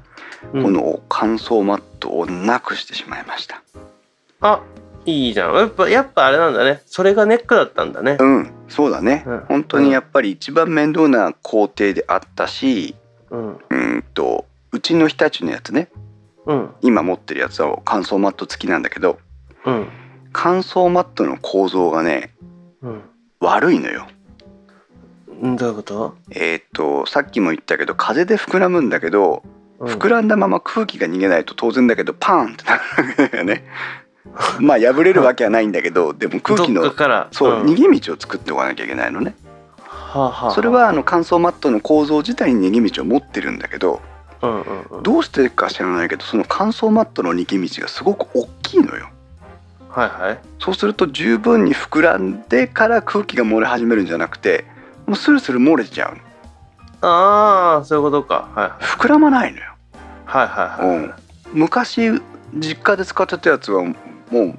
[SPEAKER 2] うん
[SPEAKER 1] この乾燥マットをなくしてしまいました
[SPEAKER 2] あいいじゃんやっぱやっぱあれなんだねそれがネックだったんだね
[SPEAKER 1] うんそうだね、
[SPEAKER 2] うん
[SPEAKER 1] 本当にやっぱり一番面倒な工程であったし
[SPEAKER 2] うん
[SPEAKER 1] うんとうちの日立のやつね
[SPEAKER 2] うん
[SPEAKER 1] 今持ってるやつは乾燥マット付きなんだけど
[SPEAKER 2] うん
[SPEAKER 1] 乾燥マットの構造がね
[SPEAKER 2] うん
[SPEAKER 1] 悪いのよ。
[SPEAKER 2] んどういうこと、
[SPEAKER 1] えーっとさっきも言ったけど風で膨らむんだけど
[SPEAKER 2] うん、
[SPEAKER 1] 膨らんだまま空気が逃げないと当然だけどパーンってなるわけだよね。 まあ破れるわけはないんだけどでも空気
[SPEAKER 2] どっ
[SPEAKER 1] の
[SPEAKER 2] かから
[SPEAKER 1] そう、
[SPEAKER 2] ん
[SPEAKER 1] 逃げ道を作っておかなきゃいけないのね。
[SPEAKER 2] はあはあ
[SPEAKER 1] それはあの乾燥マットの構造自体に逃げ道を持ってるんだけど
[SPEAKER 2] うんうんうん
[SPEAKER 1] どうしてか知らないけどその乾燥マットの逃げ道がすごく大きいのよ。
[SPEAKER 2] はいはい
[SPEAKER 1] そうすると十分に膨らんでから空気が漏れ始めるんじゃなくてもうスルスル漏れちゃうの
[SPEAKER 2] ああそういうことかはい
[SPEAKER 1] 膨らまないのよ、
[SPEAKER 2] はいはいはいはい
[SPEAKER 1] うん、昔実家で使ってたやつはもう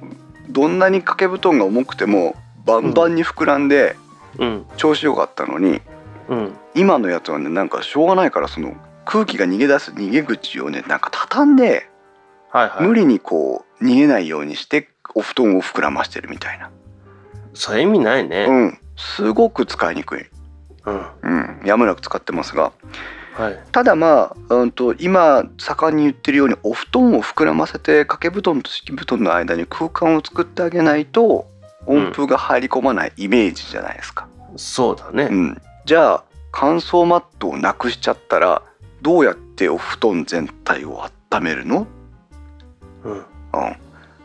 [SPEAKER 1] どんなに掛け布団が重くてもバンバンに膨らんで
[SPEAKER 2] うん
[SPEAKER 1] 調子よかったのに、
[SPEAKER 2] うん
[SPEAKER 1] 今のやつはねなんかしょうがないからその空気が逃げ出す逃げ口をねなんか畳んで
[SPEAKER 2] はいはい
[SPEAKER 1] 無理にこう逃げないようにしてお布団を膨らましてるみたいな、
[SPEAKER 2] それ意味ないね
[SPEAKER 1] うん、すごく使いにくい。
[SPEAKER 2] ううん
[SPEAKER 1] うん、やむなく使ってますが
[SPEAKER 2] はい
[SPEAKER 1] ただまあ、うん、と今盛んに言ってるようにお布団を膨らませて掛け布団と敷布団の間に空間を作ってあげないと温風が入り込まないイメージじゃないですか。
[SPEAKER 2] そうだね、
[SPEAKER 1] うん、じゃあ乾燥マットをなくしちゃったらどうやってお布団全体を温めるの、
[SPEAKER 2] うん
[SPEAKER 1] うん、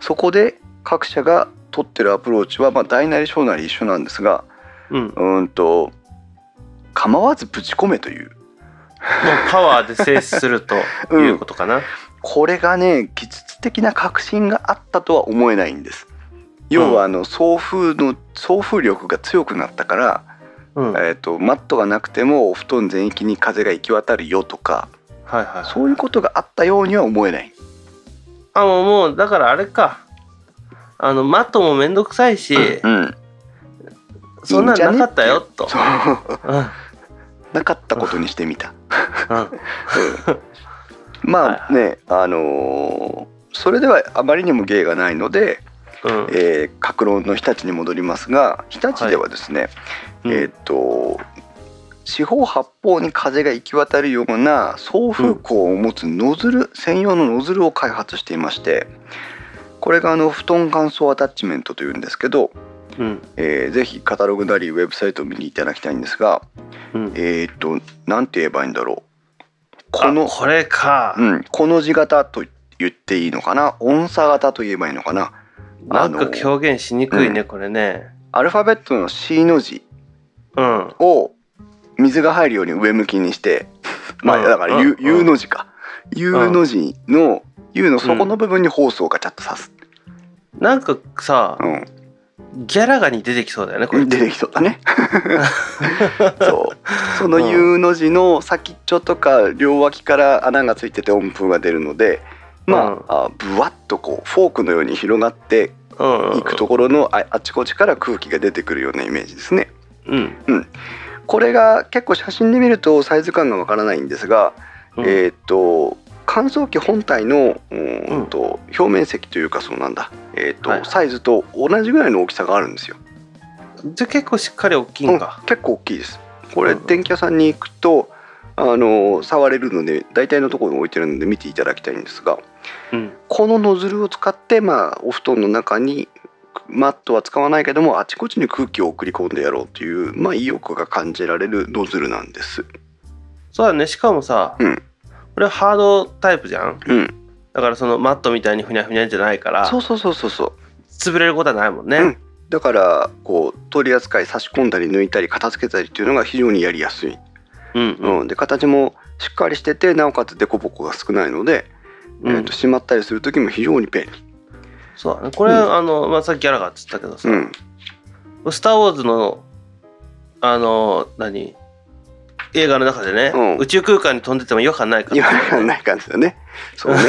[SPEAKER 1] そこで各社が取ってるアプローチは、まあ、大なり小なり一緒なんですが
[SPEAKER 2] うん、もう
[SPEAKER 1] うーんと構わずぶち込めという
[SPEAKER 2] パワーで制止するということかな、
[SPEAKER 1] これがね技術的な革新があったとは思えないんです。要はあの送風の送風力が強くなったから、
[SPEAKER 2] うんはい
[SPEAKER 1] えー、とマットがなくてもお布団全域に風が行き渡るよとか
[SPEAKER 2] はいはい
[SPEAKER 1] そういうことがあったようには思えない。
[SPEAKER 2] あもうもうだからあれかあのマットもめんどくさいし、
[SPEAKER 1] うん、
[SPEAKER 2] そんなんなかったよと
[SPEAKER 1] そう
[SPEAKER 2] うんうん
[SPEAKER 1] なかったことにしてみた。まあね、あのーそれではあまりにも芸がないので、
[SPEAKER 2] うん
[SPEAKER 1] えー、格論の日立に戻りますが日立ではですね、
[SPEAKER 2] うん
[SPEAKER 1] えーっ、と四方八方に風が行き渡るような送風口を持つノズル、専用のノズルを開発していましてこれがあの布団乾燥アタッチメントというんですけど、
[SPEAKER 2] うん
[SPEAKER 1] えーぜひカタログなりウェブサイトを見にいただきたいんですが
[SPEAKER 2] うん
[SPEAKER 1] えーっ、と何て言えばいいんだろうこ
[SPEAKER 2] あ
[SPEAKER 1] の、
[SPEAKER 2] これか、
[SPEAKER 1] うん、この字型と言っていいのかな音差型と言えばいいのかな
[SPEAKER 2] な
[SPEAKER 1] あ
[SPEAKER 2] ん
[SPEAKER 1] の
[SPEAKER 2] か表現しにくいね、これね
[SPEAKER 1] アルファベットの C の字
[SPEAKER 2] うん
[SPEAKER 1] を水が入るように上向きにして、まあ
[SPEAKER 2] うん
[SPEAKER 1] だから U,、
[SPEAKER 2] うん
[SPEAKER 1] U の字か、U の字の U の底の部分にホースをガチャッと刺す、
[SPEAKER 2] なんかさ
[SPEAKER 1] う
[SPEAKER 2] ギャラガに出てきそうだよねこれ
[SPEAKER 1] ん、出てきそうだ ねそうその
[SPEAKER 2] うん
[SPEAKER 1] U の字の先っちょとか両脇から穴がついてて温風が出るのでまあ,、あぶわっとこうフォークのように広がって
[SPEAKER 2] うん
[SPEAKER 1] いくところのああちこちから空気が出てくるようなイメージですね。
[SPEAKER 2] うん
[SPEAKER 1] これが結構写真で見るとサイズ感がわからないんですが、
[SPEAKER 2] うん
[SPEAKER 1] えーっと乾燥機本体のうーんと表面積というかそうなんだ、えーっと
[SPEAKER 2] はい
[SPEAKER 1] サイズと同じぐらいの大きさがあるんですよ。
[SPEAKER 2] じゃあ結構しっかり大きいんか
[SPEAKER 1] うん、結構大きいです。これ
[SPEAKER 2] うん
[SPEAKER 1] 電気屋さんに行くとあの触れるので大体のところに置いてるので見ていただきたいんですが
[SPEAKER 2] うん
[SPEAKER 1] このノズルを使って、まあ、お布団の中にマットは使わないけどもあちこちに空気を送り込んでやろうという、まあ、意欲が感じられるノズルなんです。
[SPEAKER 2] そうだねしかもさ、
[SPEAKER 1] うん
[SPEAKER 2] これハードタイプじゃん
[SPEAKER 1] うん、
[SPEAKER 2] だからそのマットみたいにふにゃふにゃじゃないから
[SPEAKER 1] そうそうそうそうそう
[SPEAKER 2] 潰れることはないもんね、
[SPEAKER 1] うんだからこう取り扱い差し込んだり抜いたり片付けたりっていうのが非常にやりやすい、
[SPEAKER 2] うん
[SPEAKER 1] うんで形もしっかりしててなおかつ凸凹が少ないので、
[SPEAKER 2] うん
[SPEAKER 1] えー、としまったりする時も非常に便利、
[SPEAKER 2] そうだねこれ、
[SPEAKER 1] うん
[SPEAKER 2] あの、まあ、さっきギャラがっつったけどさ
[SPEAKER 1] う
[SPEAKER 2] 「
[SPEAKER 1] ん、
[SPEAKER 2] スター・ウォーズの」あの何映画の中でね、
[SPEAKER 1] うん
[SPEAKER 2] 宇宙空間に飛んでても違和感ないから
[SPEAKER 1] 違和感ない感じだねそうね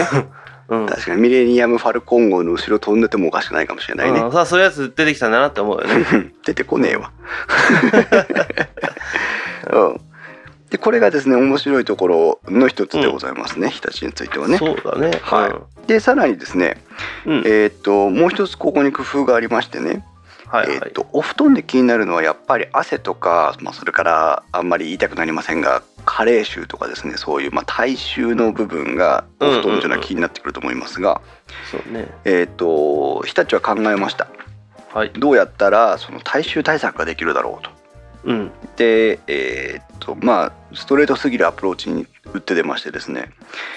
[SPEAKER 2] うん、
[SPEAKER 1] 確かにミレニアム・ファルコン号の後ろ飛んでてもおかしくないかもしれないね
[SPEAKER 2] うん、さあそういうやつ出てきたんだなって思うよね
[SPEAKER 1] 出てこねえ わ、うん、でこれがですね面白いところの一つでございますね、日立についてはね
[SPEAKER 2] そうだね
[SPEAKER 1] はいでさらにですね
[SPEAKER 2] うん、うん
[SPEAKER 1] えーっともう一つここに工夫がありましてね、
[SPEAKER 2] はいはい、
[SPEAKER 1] えーっとお布団で気になるのはやっぱり汗とか、まあ、それからあんまり言いたくなりませんが加齢臭とかですねそういう、まあ、体臭の部分がお布団というのは気になってくると思いますが、
[SPEAKER 2] そうね
[SPEAKER 1] えーっと日立は考えました
[SPEAKER 2] はい
[SPEAKER 1] どうやったらその体臭対策ができるだろうと。
[SPEAKER 2] うん
[SPEAKER 1] でえーっとまあストレートすぎるアプローチに打って出ましてですね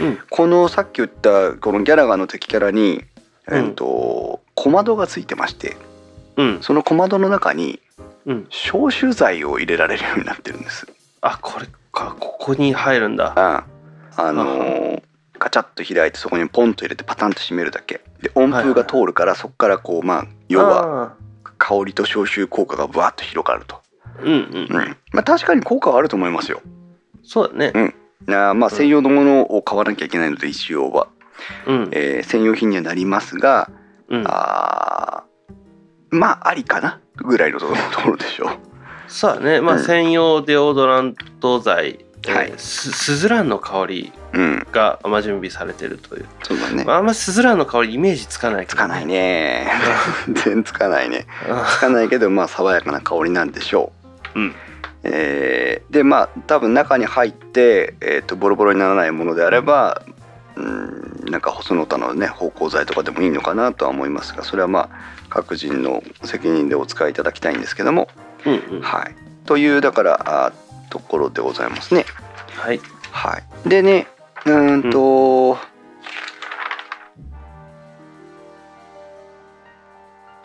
[SPEAKER 2] うん
[SPEAKER 1] このさっき言ったこのギャラガーの敵キャラに、
[SPEAKER 2] うん
[SPEAKER 1] えーっと小窓がついてまして
[SPEAKER 2] うん
[SPEAKER 1] その小窓の中に
[SPEAKER 2] うん
[SPEAKER 1] 消臭剤を入れられるようになってるんです。
[SPEAKER 2] あこれかここに入るんだ
[SPEAKER 1] ああのーカチャッと開いてそこにポンと入れてパタンと閉めるだけで温風が通るからそこからこうまあ要は
[SPEAKER 2] は
[SPEAKER 1] 香りと消臭効果がぶわっと広がると、
[SPEAKER 2] うんうん
[SPEAKER 1] うんまあ、確かに効果はあると思いますよ
[SPEAKER 2] そうだね
[SPEAKER 1] あーまあ専用のものを買わなきゃいけないので一応は、
[SPEAKER 2] うん
[SPEAKER 1] えー専用品にはなりますが
[SPEAKER 2] うん
[SPEAKER 1] あーまあありかなぐらいのところでしょう
[SPEAKER 2] そうだねまあ
[SPEAKER 1] うん
[SPEAKER 2] 専用デオドラント剤えー
[SPEAKER 1] はい
[SPEAKER 2] すスズランの香り
[SPEAKER 1] うん
[SPEAKER 2] がまあ準備されてるという、
[SPEAKER 1] そうだね
[SPEAKER 2] まあ、あんまスズランの香りイメージつかない
[SPEAKER 1] つ
[SPEAKER 2] けど
[SPEAKER 1] かない ね全然つかないね
[SPEAKER 2] うん
[SPEAKER 1] つかないけどまあ爽やかな香りなんでしょう、
[SPEAKER 2] うん
[SPEAKER 1] えーでまあ多分中に入って、えー、とボロボロにならないものであればうんなんかその他のね芳香剤とかでもいいのかなとは思いますがそれはまあ各人の責任でお使いいただきたいんですけども
[SPEAKER 2] うんうん
[SPEAKER 1] はいというだからあーところでございますね。
[SPEAKER 2] はい
[SPEAKER 1] はい、でねうーんと、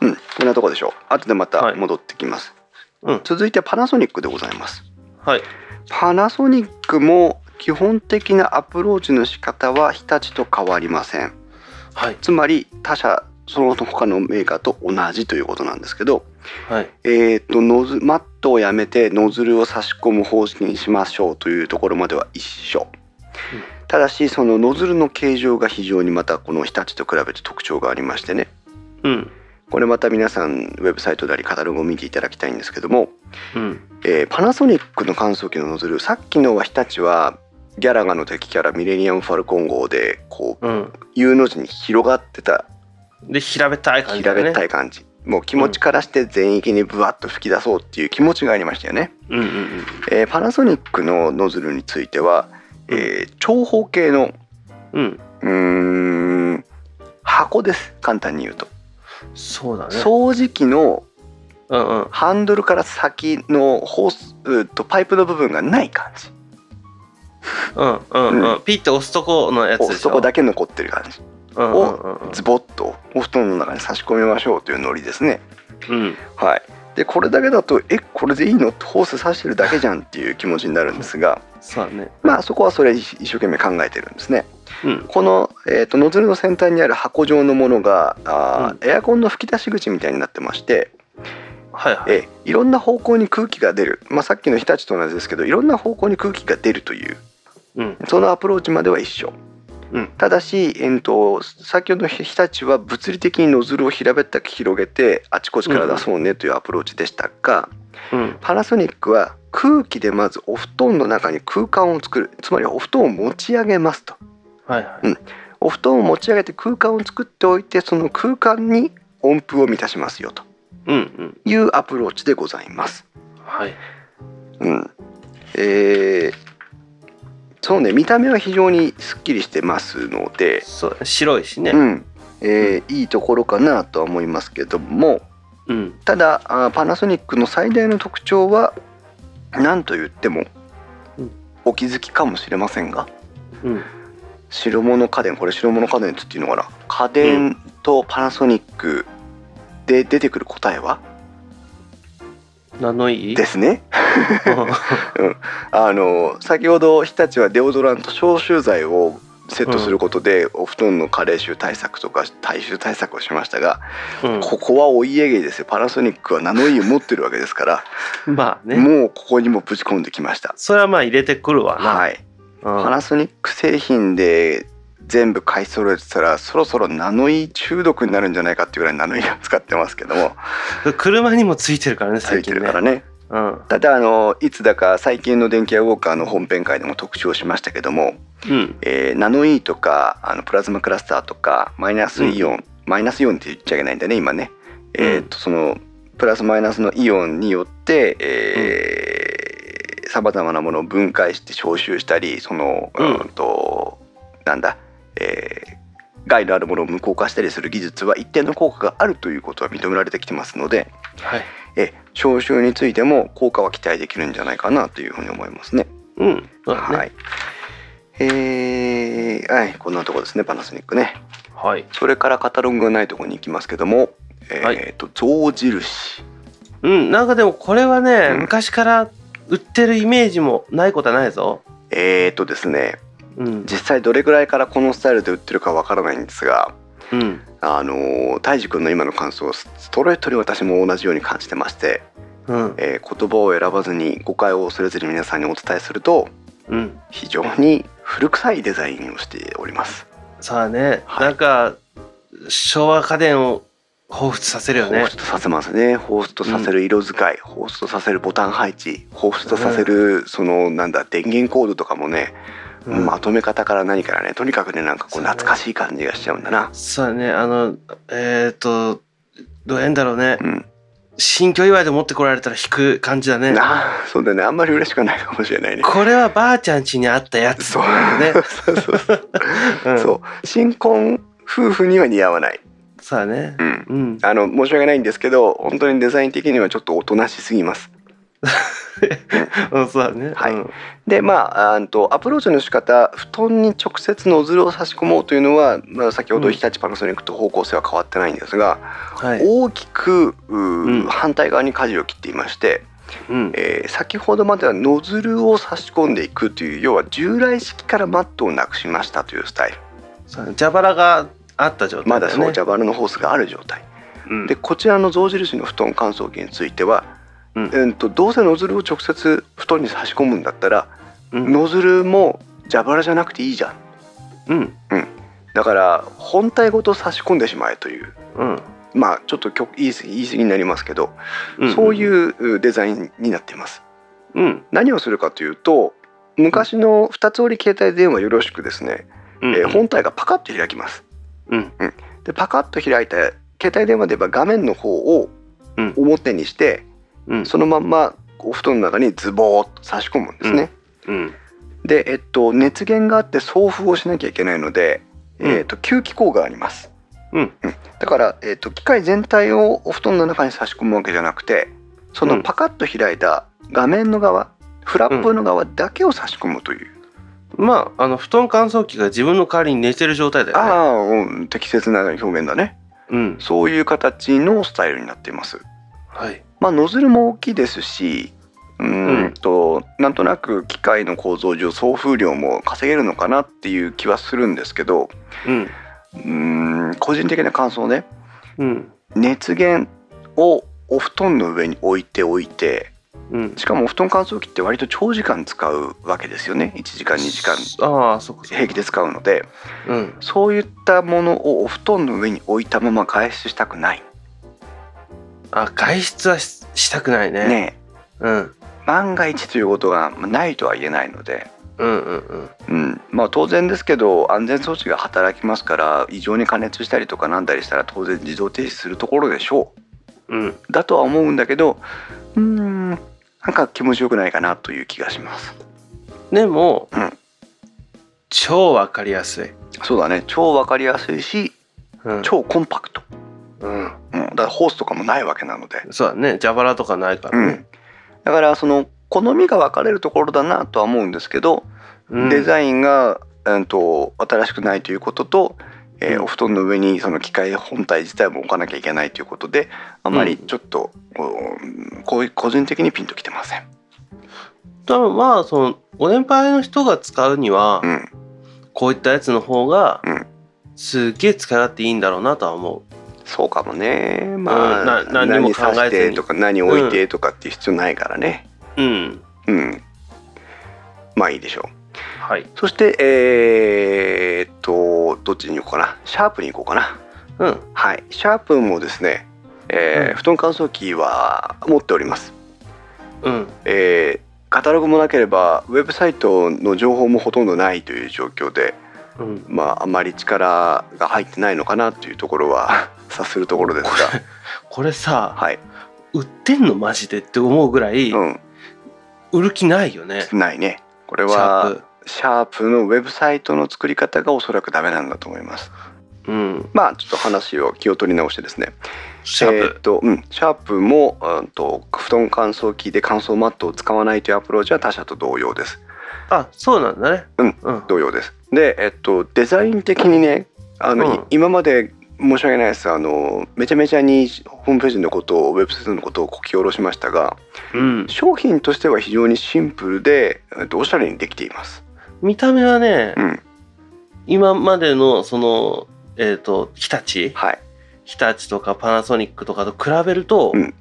[SPEAKER 1] うん、こんなとこでしょう後でまた
[SPEAKER 2] はい
[SPEAKER 1] 戻ってきます、
[SPEAKER 2] うん
[SPEAKER 1] 続いてパナソニックでございます
[SPEAKER 2] はい
[SPEAKER 1] パナソニックも基本的なアプローチの仕方は日立と変わりません
[SPEAKER 2] はい
[SPEAKER 1] つまり他社その他のメーカーと同じということなんですけど
[SPEAKER 2] はい
[SPEAKER 1] えー、とノズマットをやめてノズルを差し込む方式にしましょうというところまでは一緒、
[SPEAKER 2] うん
[SPEAKER 1] ただしそのノズルの形状が非常にまたこの日立と比べて特徴がありましてね
[SPEAKER 2] うん
[SPEAKER 1] これまた皆さんウェブサイトでありカタログを見ていただきたいんですけども、
[SPEAKER 2] うん
[SPEAKER 1] えーパナソニックの乾燥機のノズルさっきのは日立はギャラガの敵キャラミレニアム・ファルコン号でこう
[SPEAKER 2] うん
[SPEAKER 1] U の字に広がってた
[SPEAKER 2] で平べったい感じ
[SPEAKER 1] 平
[SPEAKER 2] だね
[SPEAKER 1] べったい感じ、もう気持ちからして全域にブワッと吹き出そうっていう気持ちがありましたよね
[SPEAKER 2] うんうんうん
[SPEAKER 1] えーパナソニックのノズルについては、えー長方形の
[SPEAKER 2] うん
[SPEAKER 1] うーん箱です簡単に言うと
[SPEAKER 2] そうだね
[SPEAKER 1] 掃除機の
[SPEAKER 2] うんうん
[SPEAKER 1] ハンドルから先のホースうーっとパイプの部分がない感じ
[SPEAKER 2] うんうんうんピッて押すとこのやつでしょ
[SPEAKER 1] そこだけ残ってる感じ
[SPEAKER 2] うんうんうんうん
[SPEAKER 1] ズボッとお布団の中に差し込みましょうというノリですね
[SPEAKER 2] うん
[SPEAKER 1] はいでこれだけだとえこれでいいのってホース刺してるだけじゃんっていう気持ちになるんですが
[SPEAKER 2] そうだね
[SPEAKER 1] まあそこはそれ一生懸命考えてるんですね
[SPEAKER 2] うん
[SPEAKER 1] この、えー、とノズルの先端にある箱状のものがあー、エアコンの吹き出し口みたいになってまして、
[SPEAKER 2] はいはい
[SPEAKER 1] えーいろんな方向に空気が出る、まあ、さっきの日立と同じですけどいろんな方向に空気が出るという
[SPEAKER 2] うん
[SPEAKER 1] そのアプローチまでは一緒、
[SPEAKER 2] うん
[SPEAKER 1] ただし、えー、と先ほどの日立は物理的にノズルを平べったく広げてあちこちから出そうねというアプローチでしたが、
[SPEAKER 2] うん
[SPEAKER 1] パナソニックは空気でまずお布団の中に空間を作るつまりお布団を持ち上げますと。
[SPEAKER 2] はいは
[SPEAKER 1] う
[SPEAKER 2] い
[SPEAKER 1] んお布団を持ち上げて空間を作っておいてその空間に音符を満たしますよと
[SPEAKER 2] うんうん
[SPEAKER 1] いうアプローチでございます。
[SPEAKER 2] はい
[SPEAKER 1] うんえーそうね見た目は非常にすっきりしてますので、
[SPEAKER 2] そう白いしね
[SPEAKER 1] うんえーいいところかなとは思いますけども
[SPEAKER 2] うん
[SPEAKER 1] ただあーパナソニックの最大の特徴は何と言っても
[SPEAKER 2] うん
[SPEAKER 1] お気づきかもしれませんが
[SPEAKER 2] うん
[SPEAKER 1] 白物家電これ白物家電って言っていいのかな家電とパナソニックで出てくる答えは
[SPEAKER 2] 名のいい
[SPEAKER 1] ですね
[SPEAKER 2] う
[SPEAKER 1] あの先ほど日立はデオドラント消臭剤をセットすることで、お布団の加齢臭対策とか体臭対策をしましたが、
[SPEAKER 2] ん
[SPEAKER 1] ここはお家芸ですよパナソニックはナノイーを持ってるわけですから、
[SPEAKER 2] うんまあね
[SPEAKER 1] もうここにもぶち込んできました。
[SPEAKER 2] それはまあ入れてくるわな
[SPEAKER 1] はい、
[SPEAKER 2] うん
[SPEAKER 1] パナソニック製品で全部買い揃えてたらそろそろナノイー中毒になるんじゃないかっていうぐらいナノイーを使ってますけども
[SPEAKER 2] 車にもついてるからね
[SPEAKER 1] つい
[SPEAKER 2] 最
[SPEAKER 1] て
[SPEAKER 2] 近ね
[SPEAKER 1] るからね
[SPEAKER 2] うん
[SPEAKER 1] ただあのいつだか最近の電気屋ウォーカーの本編会でも特集をしましたけども、
[SPEAKER 2] うん
[SPEAKER 1] えーナノイーとかあのプラズマクラスターとかマイナスイオン、マイナスイオンって言っちゃいけないんだね今ね、えーとそのプラスマイナスのイオンによって、えさまざまなものを分解して消臭したりその、う
[SPEAKER 2] うん
[SPEAKER 1] んとなんだ、えー害のあるものを無効化したりする技術は一定の効果があるということは認められてきてますので、
[SPEAKER 2] はい
[SPEAKER 1] え消臭についても効果は期待できるんじゃないかなというふうに思いますね。
[SPEAKER 2] うんそうだね
[SPEAKER 1] はい。えーはい、こんなとこですね、パナソニックね。
[SPEAKER 2] はい
[SPEAKER 1] それからカタログがないとこに行きますけども、えー
[SPEAKER 2] は
[SPEAKER 1] と、象印。
[SPEAKER 2] うんなんかでもこれはね、
[SPEAKER 1] うん
[SPEAKER 2] 昔から売ってるイメージもないことはないぞ
[SPEAKER 1] えーとですね、
[SPEAKER 2] うん
[SPEAKER 1] 実際どれぐらいからこのスタイルで売ってるかわからないんですが、
[SPEAKER 2] うん
[SPEAKER 1] あのー、たいじくんの今の感想をスストレートに私も同じように感じてまして、
[SPEAKER 2] うん
[SPEAKER 1] えー言葉を選ばずに誤解を恐れずに皆さんにお伝えすると、
[SPEAKER 2] うん
[SPEAKER 1] 非常に古臭いデザインをしております。
[SPEAKER 2] そうだね、
[SPEAKER 1] はい
[SPEAKER 2] なんか昭和家電を彷彿させるよ
[SPEAKER 1] ホ
[SPEAKER 2] ね
[SPEAKER 1] ーストさせますね。ホーストさせる色使い、ホーストさせるボタン配置、ホーストさせるそのなんだ電源コードとかもね、
[SPEAKER 2] うん
[SPEAKER 1] まとめ方から何からね、とにかくねなんかこ
[SPEAKER 2] そううね
[SPEAKER 1] 懐かしい感じがしちゃうんだな。
[SPEAKER 2] そうだねあのえっ、とどうやんだろうね
[SPEAKER 1] うん、
[SPEAKER 2] 新居祝いで持ってこられたら引く感じだね
[SPEAKER 1] なそうだねあんまり嬉しくないかもしれないね
[SPEAKER 2] これはばあちゃん家にあったや つ
[SPEAKER 1] そう
[SPEAKER 2] だね
[SPEAKER 1] そうそうそう
[SPEAKER 2] うん
[SPEAKER 1] そう新婚夫婦には似合わない、
[SPEAKER 2] そうだね
[SPEAKER 1] うん、
[SPEAKER 2] うん
[SPEAKER 1] あの申し訳ないんですけど本当にデザイン的にはちょっとおとなしすぎます
[SPEAKER 2] うんそうだね
[SPEAKER 1] はい
[SPEAKER 2] うん
[SPEAKER 1] でまああんとアプローチの仕方布団に直接ノズルを差し込もうというのは、まあ、先ほど日立パナソニックと方向性は変わってないんですが、
[SPEAKER 2] はい
[SPEAKER 1] 大きくうー
[SPEAKER 2] うん
[SPEAKER 1] 反対側に舵を切っていまして、
[SPEAKER 2] うん
[SPEAKER 1] えー先ほどまではノズルを差し込んでいくという要は従来式からマットをなくしましたというスタイル
[SPEAKER 2] そうだね蛇腹があった状態
[SPEAKER 1] まだ
[SPEAKER 2] だよ
[SPEAKER 1] その
[SPEAKER 2] ね
[SPEAKER 1] 蛇腹のホースがある状態
[SPEAKER 2] うん
[SPEAKER 1] でこちらの象印の布団乾燥機については、
[SPEAKER 2] うん
[SPEAKER 1] うんとどうせノズルを直接布団に差し込むんだったら、
[SPEAKER 2] うん
[SPEAKER 1] ノズルも蛇腹じゃなくていいじゃん
[SPEAKER 2] うん
[SPEAKER 1] だから本体ごと差し込んでしまえという
[SPEAKER 2] うん
[SPEAKER 1] まあちょっと極言い過ぎ言い過ぎになりますけど、
[SPEAKER 2] うん
[SPEAKER 1] そういううデザインになっています
[SPEAKER 2] うん
[SPEAKER 1] 何をするかというと昔の2つ折り携帯電話よろしくですね、
[SPEAKER 2] うん
[SPEAKER 1] えー本体がパカッと開きます
[SPEAKER 2] うん
[SPEAKER 1] でパカッと開いた携帯電話で言えば画面の方を
[SPEAKER 2] うん
[SPEAKER 1] 表にして、
[SPEAKER 2] うん
[SPEAKER 1] そのまんまお布団の中にズボーッと差し込むんですね。
[SPEAKER 2] うん
[SPEAKER 1] で、えっと、熱源があって送風をしなきゃいけないので、
[SPEAKER 2] うん
[SPEAKER 1] えっと、吸気口があります。
[SPEAKER 2] うん
[SPEAKER 1] だから、えっと、機械全体をお布団の中に差し込むわけじゃなくてそのパカッと開いた画面の側フラップの側だけを差し込むという、
[SPEAKER 2] まああの布団乾燥機が自分の代わりに寝てる状態だよね
[SPEAKER 1] ああ、うん、適切な表現だね
[SPEAKER 2] うん
[SPEAKER 1] そういう形のスタイルになっています。
[SPEAKER 2] はい
[SPEAKER 1] まあ、ノズルも大きいですしうーんと、なんとなく機械の構造上送風量も稼げるのかなっていう気はするんですけど
[SPEAKER 2] うん
[SPEAKER 1] うーん個人的な感想ね
[SPEAKER 2] うん
[SPEAKER 1] 熱源をお布団の上に置いておいて
[SPEAKER 2] うん
[SPEAKER 1] しかもお布団乾燥機って割と長時間使うわけですよね1時間2時間
[SPEAKER 2] ああそっかそっか
[SPEAKER 1] 平気で使うので
[SPEAKER 2] うん
[SPEAKER 1] そういったものをお布団の上に置いたまま外出したくない
[SPEAKER 2] あ外出はししたくないね
[SPEAKER 1] ね
[SPEAKER 2] うん
[SPEAKER 1] え万が一ということがまあないとは言えないので
[SPEAKER 2] うんうんうん
[SPEAKER 1] うん、まあ当然ですけど安全装置が働きますから異常に加熱したりとかなんだりしたら当然自動停止するところでしょ
[SPEAKER 2] うん
[SPEAKER 1] うだとは思うんだけどうーんなんか気持ちよくないかなという気がします
[SPEAKER 2] でも、
[SPEAKER 1] うん
[SPEAKER 2] 超わかりやすい
[SPEAKER 1] そうだね超わかりやすいし
[SPEAKER 2] うん、
[SPEAKER 1] 超コンパクト、
[SPEAKER 2] うん、
[SPEAKER 1] うん、だからホースとかもないわけなので、
[SPEAKER 2] そうだね蛇腹とかないか
[SPEAKER 1] う
[SPEAKER 2] らね、
[SPEAKER 1] ん、だからその好みが分かれるところだなとは思うんですけど、
[SPEAKER 2] うん
[SPEAKER 1] デザインが、うん、と新しくないということと、えー
[SPEAKER 2] うん
[SPEAKER 1] お布団の上にその機械本体自体も置かなきゃいけないということであまりちょっと、うんこう個人的にピンときてません。
[SPEAKER 2] 多分まあそのご年配の人が使うには、
[SPEAKER 1] うん、
[SPEAKER 2] こういったやつの方が、
[SPEAKER 1] うん
[SPEAKER 2] すっげえ使い勝手いいんだろうなとは思
[SPEAKER 1] そうかもね、まあ
[SPEAKER 2] うんな何も考えずに
[SPEAKER 1] 刺してとか何置いてとかっていう必要ないからね、
[SPEAKER 2] ううん
[SPEAKER 1] うんまあいいでしょ
[SPEAKER 2] はいう
[SPEAKER 1] そしてえーっとどっちに行こうかなシャープに行こうかな
[SPEAKER 2] うん
[SPEAKER 1] はいシャープもですね、えー
[SPEAKER 2] うん
[SPEAKER 1] 布団乾燥機は持っております
[SPEAKER 2] うん
[SPEAKER 1] えーカタログもなければウェブサイトの情報もほとんどないという状況で、
[SPEAKER 2] うん
[SPEAKER 1] まあ、あまり力が入ってないのかなというところは 察するところですが、
[SPEAKER 2] これさ、
[SPEAKER 1] はい
[SPEAKER 2] 売ってんのマジでって思うぐらい、
[SPEAKER 1] うん、
[SPEAKER 2] 売る気ないよね
[SPEAKER 1] ないねこれ
[SPEAKER 2] シャ
[SPEAKER 1] は
[SPEAKER 2] ー
[SPEAKER 1] シャープのウェブサイトの作り方がおそらくダメなんだと思います
[SPEAKER 2] プうん
[SPEAKER 1] まあちょっと話を気を取り直してですね
[SPEAKER 2] シャー
[SPEAKER 1] え
[SPEAKER 2] プ
[SPEAKER 1] ーっとうん、シャープも、うん、と布団乾燥機で乾燥マットを使わないというアプローチは他社と同様です
[SPEAKER 2] あそうなんだね
[SPEAKER 1] うん
[SPEAKER 2] うん
[SPEAKER 1] 同様です。で、えっと、デザイン的にねあの、い
[SPEAKER 2] うん
[SPEAKER 1] 今まで申し訳ないですあのめちゃめちゃにホームページのことをウェブサイトのことをこき下ろしましたが
[SPEAKER 2] うん、
[SPEAKER 1] 商品としては非常にシンプルで、えっと、おしゃれにできています。
[SPEAKER 2] 見た目はね、
[SPEAKER 1] うん、
[SPEAKER 2] 今までのそのえっ、と日立
[SPEAKER 1] はい、
[SPEAKER 2] 日立とかパナソニックとかと比べると、
[SPEAKER 1] うん
[SPEAKER 2] うん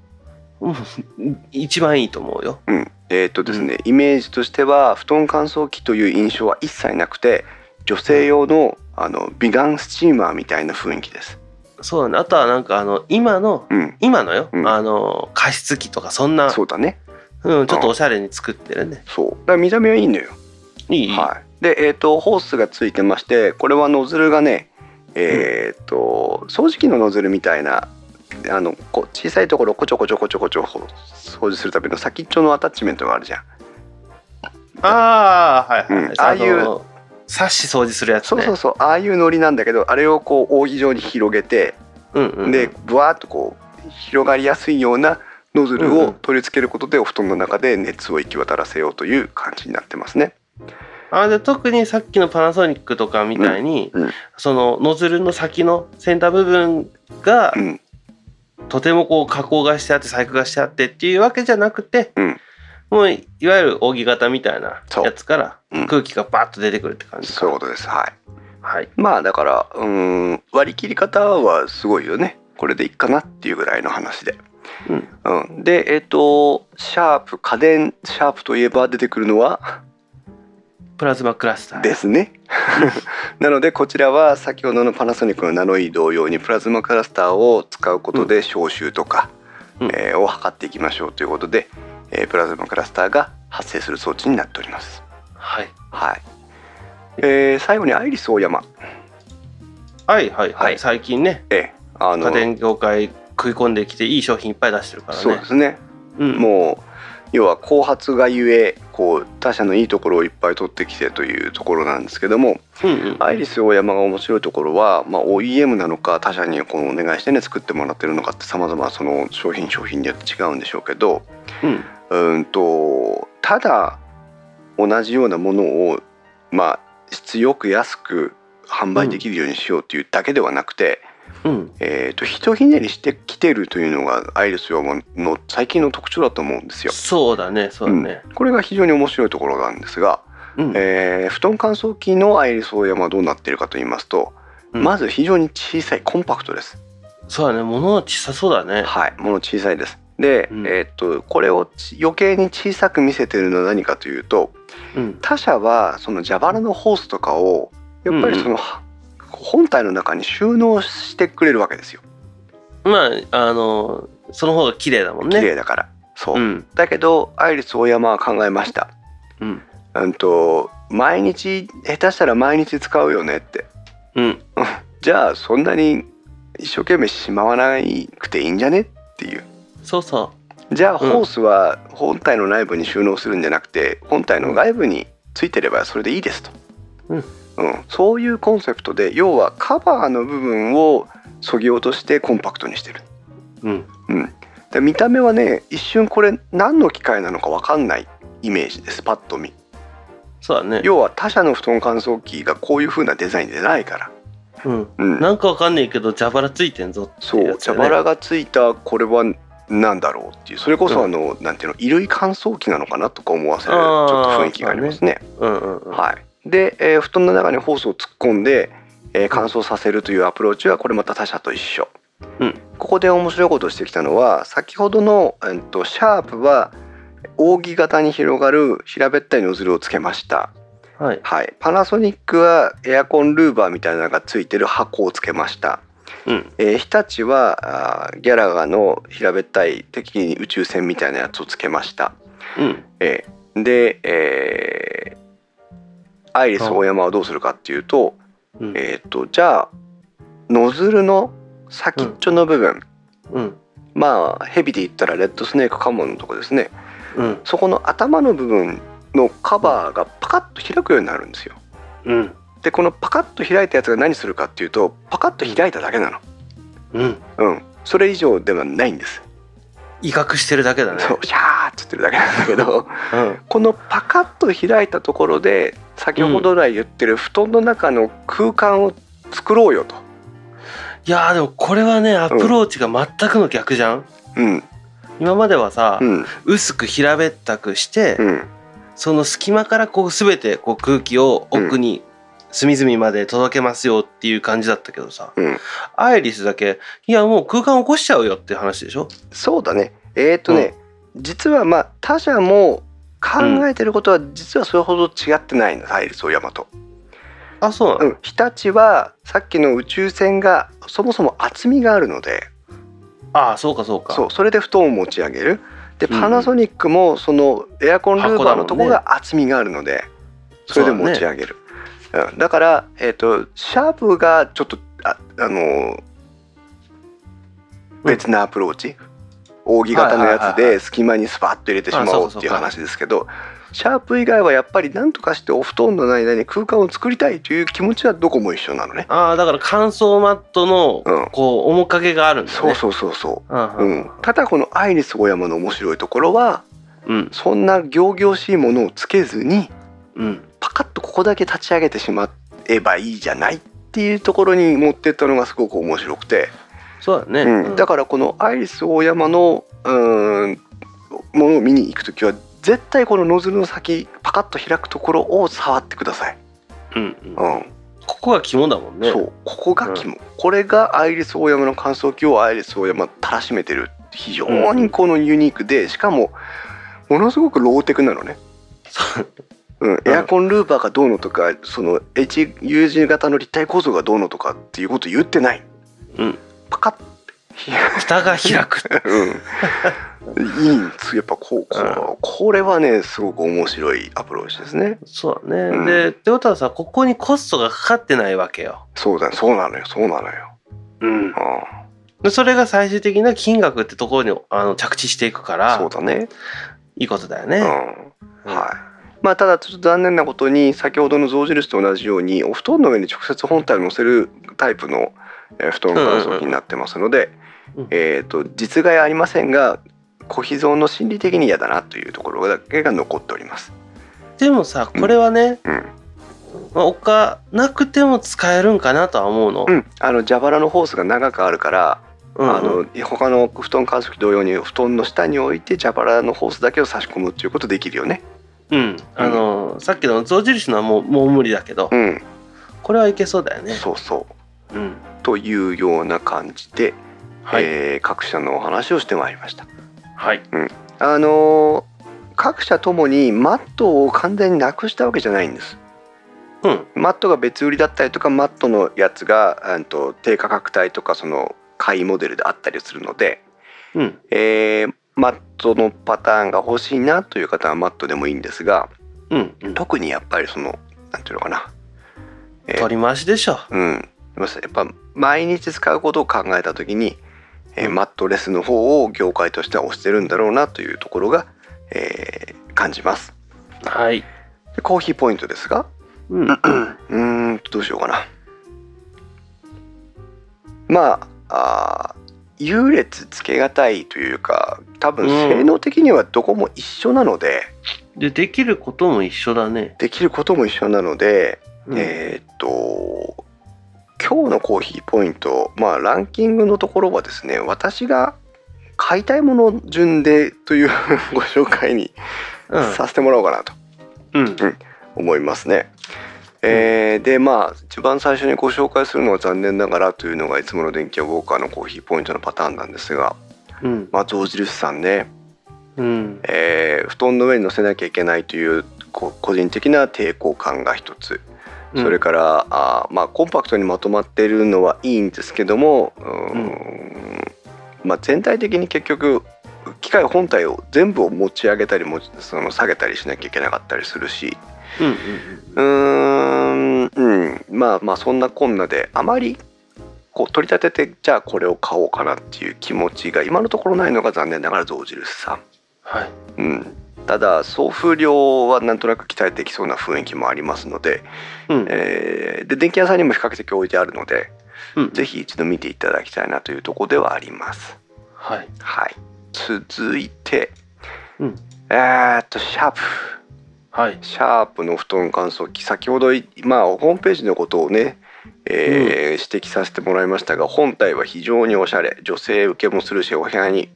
[SPEAKER 2] 一番いいと思うよ。
[SPEAKER 1] うん、えっとですね、イメージとしては布団乾燥機という印象は一切なくて女性用のあの美顔スチーマーみたいな雰囲気です。
[SPEAKER 2] そうだね。あとはなんかあの今の
[SPEAKER 1] うん、
[SPEAKER 2] 今のよ、
[SPEAKER 1] うん
[SPEAKER 2] あの加湿器とかそんな
[SPEAKER 1] そうだね。
[SPEAKER 2] うん、ちょっとおしゃれに作ってるね。
[SPEAKER 1] そう。だから見た目はいいのよ。
[SPEAKER 2] いい、
[SPEAKER 1] はい、で、えー、とホースがついてましてこれはノズルがねえっ、と掃除機のノズルみたいなあのこう小さいところをこちょこちょこちょこちょこ掃除するための先っちょのアタッチメントがあるじゃん
[SPEAKER 2] ああはいはい、
[SPEAKER 1] うんああいう
[SPEAKER 2] のサッシ掃除するやつ
[SPEAKER 1] そう
[SPEAKER 2] ね
[SPEAKER 1] そうそうああいうノリなんだけどあれをこう扇状に広げて
[SPEAKER 2] うんうんうん
[SPEAKER 1] でぶわーっとこう広がりやすいようなノズル
[SPEAKER 2] うんう
[SPEAKER 1] を
[SPEAKER 2] ん
[SPEAKER 1] 取り付けることでお布団の中で熱を行き渡らせようという感じになってますね。
[SPEAKER 2] あで特にさっきのパナソニックとかみたいに、
[SPEAKER 1] うんうん
[SPEAKER 2] そのノズルの先の先端部分が、
[SPEAKER 1] うん
[SPEAKER 2] とてもこう加工がしてあって細工がしてあってっていうわけじゃなくて、
[SPEAKER 1] うん
[SPEAKER 2] もういわゆる扇形みたいな
[SPEAKER 1] そう
[SPEAKER 2] やつから
[SPEAKER 1] うん
[SPEAKER 2] 空気がバッと出てくるって感じか、
[SPEAKER 1] そういうことです。はい。
[SPEAKER 2] はい
[SPEAKER 1] まあだからうーん割り切り方はすごいよね。これでいいかなっていうぐらいの話で。
[SPEAKER 2] うん
[SPEAKER 1] うん、でえっ、とシャープ家電シャープといえば出てくるのは
[SPEAKER 2] プラズマクラスター
[SPEAKER 1] です ね。なのでこちらは先ほどのパナソニックのナノイー同様にプラズマクラスターを使うことで消臭とか、
[SPEAKER 2] うん
[SPEAKER 1] えーを測っていきましょうということで、えープラズマクラスターが発生する装置になっております。
[SPEAKER 2] はい
[SPEAKER 1] はい。えー最後にアイリスオーヤマ、
[SPEAKER 2] はいはいはい、
[SPEAKER 1] はい
[SPEAKER 2] 最近ね
[SPEAKER 1] えーあの
[SPEAKER 2] 家電業界食い込んできていい商品いっぱい出してるからね
[SPEAKER 1] そうですね。
[SPEAKER 2] うん、
[SPEAKER 1] もう要は後発がゆえこう他社のいいところをいっぱい取ってきてというところなんですけども、
[SPEAKER 2] うんうん
[SPEAKER 1] アイリス大山が面白いところは、まあ、OEM なのか他社にこのお願いしてね作ってもらってるのかってさまざまその商品商品によって違うんでしょうけど
[SPEAKER 2] うん
[SPEAKER 1] うーんとただ同じようなものをまあ質よく安く販売できるようにしようっていうだけではなくて、
[SPEAKER 2] うん
[SPEAKER 1] えー、とひとひねりしてきてるというのがアイリス大山の最近の特徴だと思うんですよ。
[SPEAKER 2] そうだねそうだね、
[SPEAKER 1] これが非常に面白いところなんですが、
[SPEAKER 2] うん
[SPEAKER 1] えー布団乾燥機のアイリスオーヤマはどうなっているかと言いますと、
[SPEAKER 2] うん
[SPEAKER 1] まず非常に小さいコンパクトです。
[SPEAKER 2] そうだね物は小さそうだね
[SPEAKER 1] はい、もの小さいです。で、
[SPEAKER 2] うん
[SPEAKER 1] えーっとこれをち余計に小さく見せてるのは何かというと、
[SPEAKER 2] うん
[SPEAKER 1] 他社はその蛇腹のホースとかをやっぱりその、本体の中に収納してくれるわけですよ。
[SPEAKER 2] まああのその方が綺麗だもんね
[SPEAKER 1] 綺麗だから。そう。
[SPEAKER 2] うん
[SPEAKER 1] だけどアイリスオーヤマは考えました。
[SPEAKER 2] うん
[SPEAKER 1] うんと毎日下手したら毎日使うよねって。
[SPEAKER 2] うん
[SPEAKER 1] じゃあそんなに一生懸命しまわなくていいんじゃねっていう
[SPEAKER 2] そうそ
[SPEAKER 1] じゃあ
[SPEAKER 2] うん
[SPEAKER 1] ホースは本体の内部に収納するんじゃなくて本体の外部についてればそれでいいですと、
[SPEAKER 2] うん
[SPEAKER 1] うんそういうコンセプトで要はカバーの部分をそぎ落としてコンパクトにしてる、
[SPEAKER 2] ううん
[SPEAKER 1] うん、で見た目はね一瞬これ何の機械なのか分かんないイメージですパッと見
[SPEAKER 2] そうだね
[SPEAKER 1] 要は他社の布団乾燥機がこういう風なデザインでないから、
[SPEAKER 2] うん
[SPEAKER 1] うん、
[SPEAKER 2] なんかわかんないけど蛇腹ついてんぞって
[SPEAKER 1] そう
[SPEAKER 2] いうやつだ
[SPEAKER 1] 蛇
[SPEAKER 2] ね
[SPEAKER 1] 腹がついたこれは何だろうっていうそれこ
[SPEAKER 2] う
[SPEAKER 1] そ
[SPEAKER 2] ん
[SPEAKER 1] あの、なんていうの衣類乾燥機なのかなとか思わせるちょ
[SPEAKER 2] あ
[SPEAKER 1] っ
[SPEAKER 2] ー
[SPEAKER 1] と雰囲気がありますね。
[SPEAKER 2] うんうんうん
[SPEAKER 1] はい、で、えー布団の中にホースを突っ込んで、えー乾燥させるというアプローチはこれまた他社と一緒。
[SPEAKER 2] うん
[SPEAKER 1] ここで面白いことをしてきたのは先ほどの、えっとシャープは扇形に広がる平べったいノズルをつけました、
[SPEAKER 2] はい
[SPEAKER 1] はい、パナソニックはエアコンルーバーみたいなのがついてる箱をつけました
[SPEAKER 2] うん
[SPEAKER 1] えー日立はあーギャラガの平べったい敵に宇宙船みたいなやつをつけました、
[SPEAKER 2] うん
[SPEAKER 1] えーで、えーアイリス大山はどうするかっていうと,、
[SPEAKER 2] うん
[SPEAKER 1] えー、とじゃあノズルの先っちょの部分、
[SPEAKER 2] うん
[SPEAKER 1] まあヘビで言ったらレッドスネークカモンのとこですね
[SPEAKER 2] うん
[SPEAKER 1] そこの頭の部分のカバーがパカッと開くようになるんですよ
[SPEAKER 2] うん
[SPEAKER 1] でこのパカッと開いたやつが何するかっていうとパカッと開いただけなの
[SPEAKER 2] うん
[SPEAKER 1] うんそれ以上ではないんです
[SPEAKER 2] 威嚇してるだけだね
[SPEAKER 1] そうシャーっつってるだけなんだけど
[SPEAKER 2] うん
[SPEAKER 1] このパカッと開いたところで先ほど来言ってる布団の中の空間を作ろうよと、
[SPEAKER 2] いやーでもこれはねアプローチが全くの逆じゃん
[SPEAKER 1] うん
[SPEAKER 2] 今まではさ
[SPEAKER 1] うん
[SPEAKER 2] 薄く平べったくして
[SPEAKER 1] うん、
[SPEAKER 2] その隙間からこう全てこう空気を奥に隅々まで届けますよっていう感じだったけどさ、
[SPEAKER 1] うん
[SPEAKER 2] アイリスだけいやもう空間起こしちゃうよっていう話でしょ
[SPEAKER 1] そうだねえっ、とね、実はまあ他社も考えてることは実はそれほど違ってないのタイルス大和、
[SPEAKER 2] あそうな
[SPEAKER 1] う
[SPEAKER 2] の、
[SPEAKER 1] ん、日立はさっきの宇宙船がそもそも厚みがあるので
[SPEAKER 2] ああそうかそうか
[SPEAKER 1] そうそれで布団を持ち上げるで
[SPEAKER 2] うん
[SPEAKER 1] パナソニックもそのエアコンルーバーのとこ
[SPEAKER 2] 箱だもんね
[SPEAKER 1] が厚みがあるのでそれで持ち上げるうんだ,、から、えー、とシャープがちょっとああのー別なアプローチ、扇形のやつ
[SPEAKER 2] はいはいはいは
[SPEAKER 1] で隙間にスパッと入れてしまおうっていう話ですけどシャープ以外はやっぱり何とかしてお布団の間に空間を作りたいという気持ちはどこも一緒なのね。
[SPEAKER 2] ああだから乾燥マットの
[SPEAKER 1] うん
[SPEAKER 2] こう面影があるんだね
[SPEAKER 1] そうそうそうそうう、うんん、ただこの「アイリスオーヤマ」の面白いところは
[SPEAKER 2] うん
[SPEAKER 1] そんな仰々しいものをつけずに
[SPEAKER 2] うん
[SPEAKER 1] パカッとここだけ立ち上げてしまえばいいじゃないっていうところに持ってったのがすごく面白くて、
[SPEAKER 2] そうだね、
[SPEAKER 1] うん、だからこのアイリス大山のうーんものを見に行くときは絶対このノズルの先パカッと開くところを触ってください、
[SPEAKER 2] うんうん
[SPEAKER 1] うん
[SPEAKER 2] ここが肝だもんね
[SPEAKER 1] そうここが肝、これがアイリス大山の乾燥機をアイリス大山たらしめてる非常にこのユニークでしかもものすごくローテクなのね
[SPEAKER 2] そう
[SPEAKER 1] うん、エアコンルーバーがどうのとかその HU 字型の立体構造がどうのとかっていうこと言ってない、
[SPEAKER 2] うん、
[SPEAKER 1] パカッ
[SPEAKER 2] 蓋が開く
[SPEAKER 1] うん、いいんですやっぱこうこうこれはねすごく面白いアプローチですね
[SPEAKER 2] そうだね、
[SPEAKER 1] うん
[SPEAKER 2] でってことはさここにコストがかかってないわけよ
[SPEAKER 1] そうだそうなのよそうなのよ、
[SPEAKER 2] うん
[SPEAKER 1] う
[SPEAKER 2] でそれが最終的な金額ってところにあの着地していくか
[SPEAKER 1] ん、そう
[SPEAKER 2] ら
[SPEAKER 1] だね、
[SPEAKER 2] いいことだよ
[SPEAKER 1] うん、
[SPEAKER 2] ね、うん
[SPEAKER 1] はいまあただちょっと残念なことに先ほどの象印と同じようにお布団の上に直接本体を乗せるタイプのえー布団乾燥機になってますので、
[SPEAKER 2] うんうん
[SPEAKER 1] えー、と実害ありませんが小秘蔵の心理的に嫌だなというところだけが残っております。
[SPEAKER 2] でもさこれはね、
[SPEAKER 1] うん
[SPEAKER 2] まあ、おかなくても使えるんかなとは思うの、
[SPEAKER 1] うん、あの蛇腹のホースが長くあるから、
[SPEAKER 2] うんうん
[SPEAKER 1] あの他の布団乾燥機同様に布団の下に置いて蛇腹のホースだけを差し込むっていうことできるよね。
[SPEAKER 2] うん、あのさっきの象印のはもうもう無理だけど、
[SPEAKER 1] うん、
[SPEAKER 2] これはいけそうだよね。
[SPEAKER 1] そうそう
[SPEAKER 2] うん、
[SPEAKER 1] というような感じで、
[SPEAKER 2] はい、
[SPEAKER 1] えー各社のお話をしてまいりました。
[SPEAKER 2] はい、
[SPEAKER 1] あのー各社ともにマットを完全になくしたわけじゃないんです。
[SPEAKER 2] うん、
[SPEAKER 1] マットが別売りだったりとかマットのやつが、うん、と低価格帯とかその買いモデルであったりするので、
[SPEAKER 2] うん、
[SPEAKER 1] えーマットのパターンが欲しいなという方はマットでもいいんですが
[SPEAKER 2] うん、うん、
[SPEAKER 1] 特にやっぱりそのなんていうのかなえー
[SPEAKER 2] 取り回しでしょ。
[SPEAKER 1] うんやっぱ毎日使うことを考えた時に、えー
[SPEAKER 2] うん
[SPEAKER 1] マットレスの方を業界としては推してるんだろうなというところが、えー感じます。
[SPEAKER 2] はい、
[SPEAKER 1] でコーヒーポイントですが
[SPEAKER 2] う
[SPEAKER 1] う
[SPEAKER 2] ん、
[SPEAKER 1] ーんとどうしようかなまああー優劣つけがたいというか多分
[SPEAKER 2] うん
[SPEAKER 1] 性能的にはどこも一緒なので、
[SPEAKER 2] でできることも一緒だね。
[SPEAKER 1] できることも一緒なので、
[SPEAKER 2] うん
[SPEAKER 1] えーっと今日のコーヒーポイントまあランキングのところはですね私が買いたいもの順でという ご紹介にさせてもらおうかなと
[SPEAKER 2] うん、うん、
[SPEAKER 1] 思いますね。えーでまあ一番最初にご紹介するのは残念ながらというのがいつもの電気屋ウォーカーのコーヒーポイントのパターンなんですが
[SPEAKER 2] うん、
[SPEAKER 1] まあ象印さんね、
[SPEAKER 2] うん、
[SPEAKER 1] えー布団の上に乗せなきゃいけないというこ個人的な抵抗感が一つそれから、あーまあコンパクトにまとまっているのはいいんですけどもうーんまあ、全体的に結局機械本体を全部を持ち上げたり持ちその下げたりしなきゃいけなかったりするし、
[SPEAKER 2] うん、うん、
[SPEAKER 1] うーん、うん、まあまあそんなこんなであまりこう取り立ててじゃあこれを買おうかなっていう気持ちが今のところないのが残念ながら象印さ
[SPEAKER 2] はい、
[SPEAKER 1] ん、うん、ただ送風量はなんとなく期待できそうな雰囲気もありますので、
[SPEAKER 2] うん、
[SPEAKER 1] えーで電気屋さんにも比較的置いてあるので
[SPEAKER 2] うん、
[SPEAKER 1] ぜひ一度見ていただきたいなというところではあります
[SPEAKER 2] はい、
[SPEAKER 1] はい続いて、
[SPEAKER 2] うん
[SPEAKER 1] えーっとシャープ
[SPEAKER 2] はい、
[SPEAKER 1] シャープの布団乾燥機先ほどい、まあ、ホームページのことをね、えー指摘させてもらいましたが本体は非常におしゃれ女性受けもするしお部屋に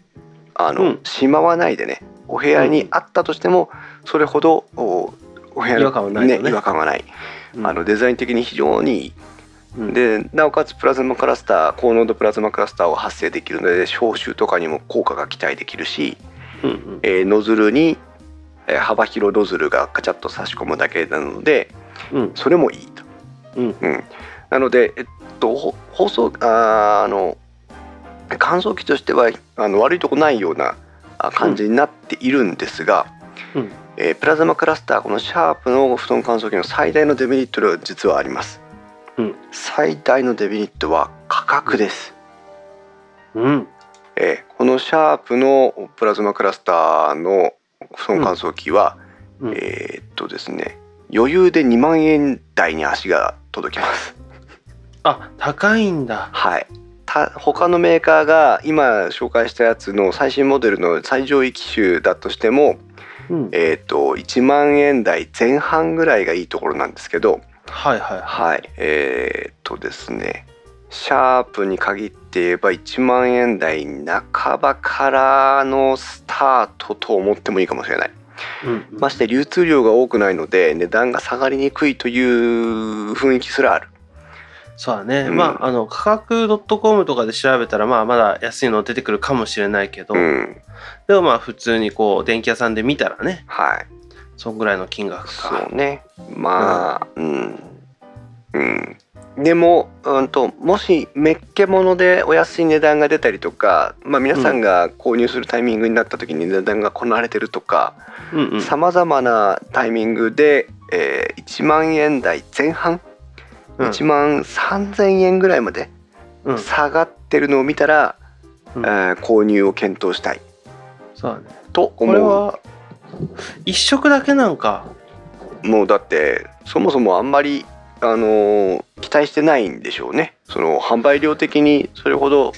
[SPEAKER 1] あの、
[SPEAKER 2] うん
[SPEAKER 1] しまわないでねお部屋にあったとしてもそれほどおお部屋の
[SPEAKER 2] 違和感はないよね
[SPEAKER 1] 違和感はない、
[SPEAKER 2] うん
[SPEAKER 1] あの、デザイン的に非常にいい、
[SPEAKER 2] うん、
[SPEAKER 1] でなおかつプラズマクラスター高濃度プラズマクラスターを発生できるので消臭とかにも効果が期待できるし、
[SPEAKER 2] うん、うん、
[SPEAKER 1] えーノズルに、えー幅広ノズルがガチャッと差し込むだけなので
[SPEAKER 2] うん、
[SPEAKER 1] それもいいと、
[SPEAKER 2] うん
[SPEAKER 1] なので、えっと、ほ放送あーあの乾燥機としてはあの悪いとこないようなあ感じになっているんですが、
[SPEAKER 2] うん
[SPEAKER 1] えープラズマクラスターこのシャープの布団乾燥機の最大のデメリットは実はあります、
[SPEAKER 2] うん
[SPEAKER 1] 最大のデメリットは価格です、
[SPEAKER 2] うん、
[SPEAKER 1] えーこのシャープのプラズマクラスターのその乾燥機は、
[SPEAKER 2] うんうん
[SPEAKER 1] えーっとですね余裕で2万円台に足が届きます。
[SPEAKER 2] あ高いんだ
[SPEAKER 1] はいた他のメーカーが今紹介したやつの最新モデルの最上位機種だとしても、
[SPEAKER 2] うん
[SPEAKER 1] えー、と1万円台前半ぐらいがいいところなんですけど
[SPEAKER 2] はいはいは
[SPEAKER 1] はいえー、とですねシャープに限って言えば1万円台半ばからのスタートと思ってもいいかもしれない
[SPEAKER 2] い、うんうん
[SPEAKER 1] まして流通量が多くないので値段が下がりにくいという雰囲気すらある
[SPEAKER 2] そうだね、
[SPEAKER 1] うん
[SPEAKER 2] まああの価格 .com とかで調べたらまあまだ安いの出てくるかもしれないけど、
[SPEAKER 1] うん
[SPEAKER 2] でもまあ普通にこう電気屋さんで見たらね
[SPEAKER 1] はい
[SPEAKER 2] そんぐらいの金額
[SPEAKER 1] そ
[SPEAKER 2] か
[SPEAKER 1] うねまあうん、うんでも、うん、ともしメッケ物でお安い値段が出たりとか、まあ、皆さんが購入するタイミングになった時に値段がこなれてるとか
[SPEAKER 2] う、んうん、
[SPEAKER 1] さまざまなタイミングで、えー1万円台前半、
[SPEAKER 2] うん
[SPEAKER 1] 1万3,000円ぐらいまで
[SPEAKER 2] うん
[SPEAKER 1] 下がってるのを見たら、
[SPEAKER 2] うん
[SPEAKER 1] えー購入を検討したい
[SPEAKER 2] そうだね
[SPEAKER 1] と
[SPEAKER 2] これ
[SPEAKER 1] 思う
[SPEAKER 2] は一食だけなんか
[SPEAKER 1] もうだってそもそもあんまり、あのー期待してないんでしょうねその販売量的にそれほど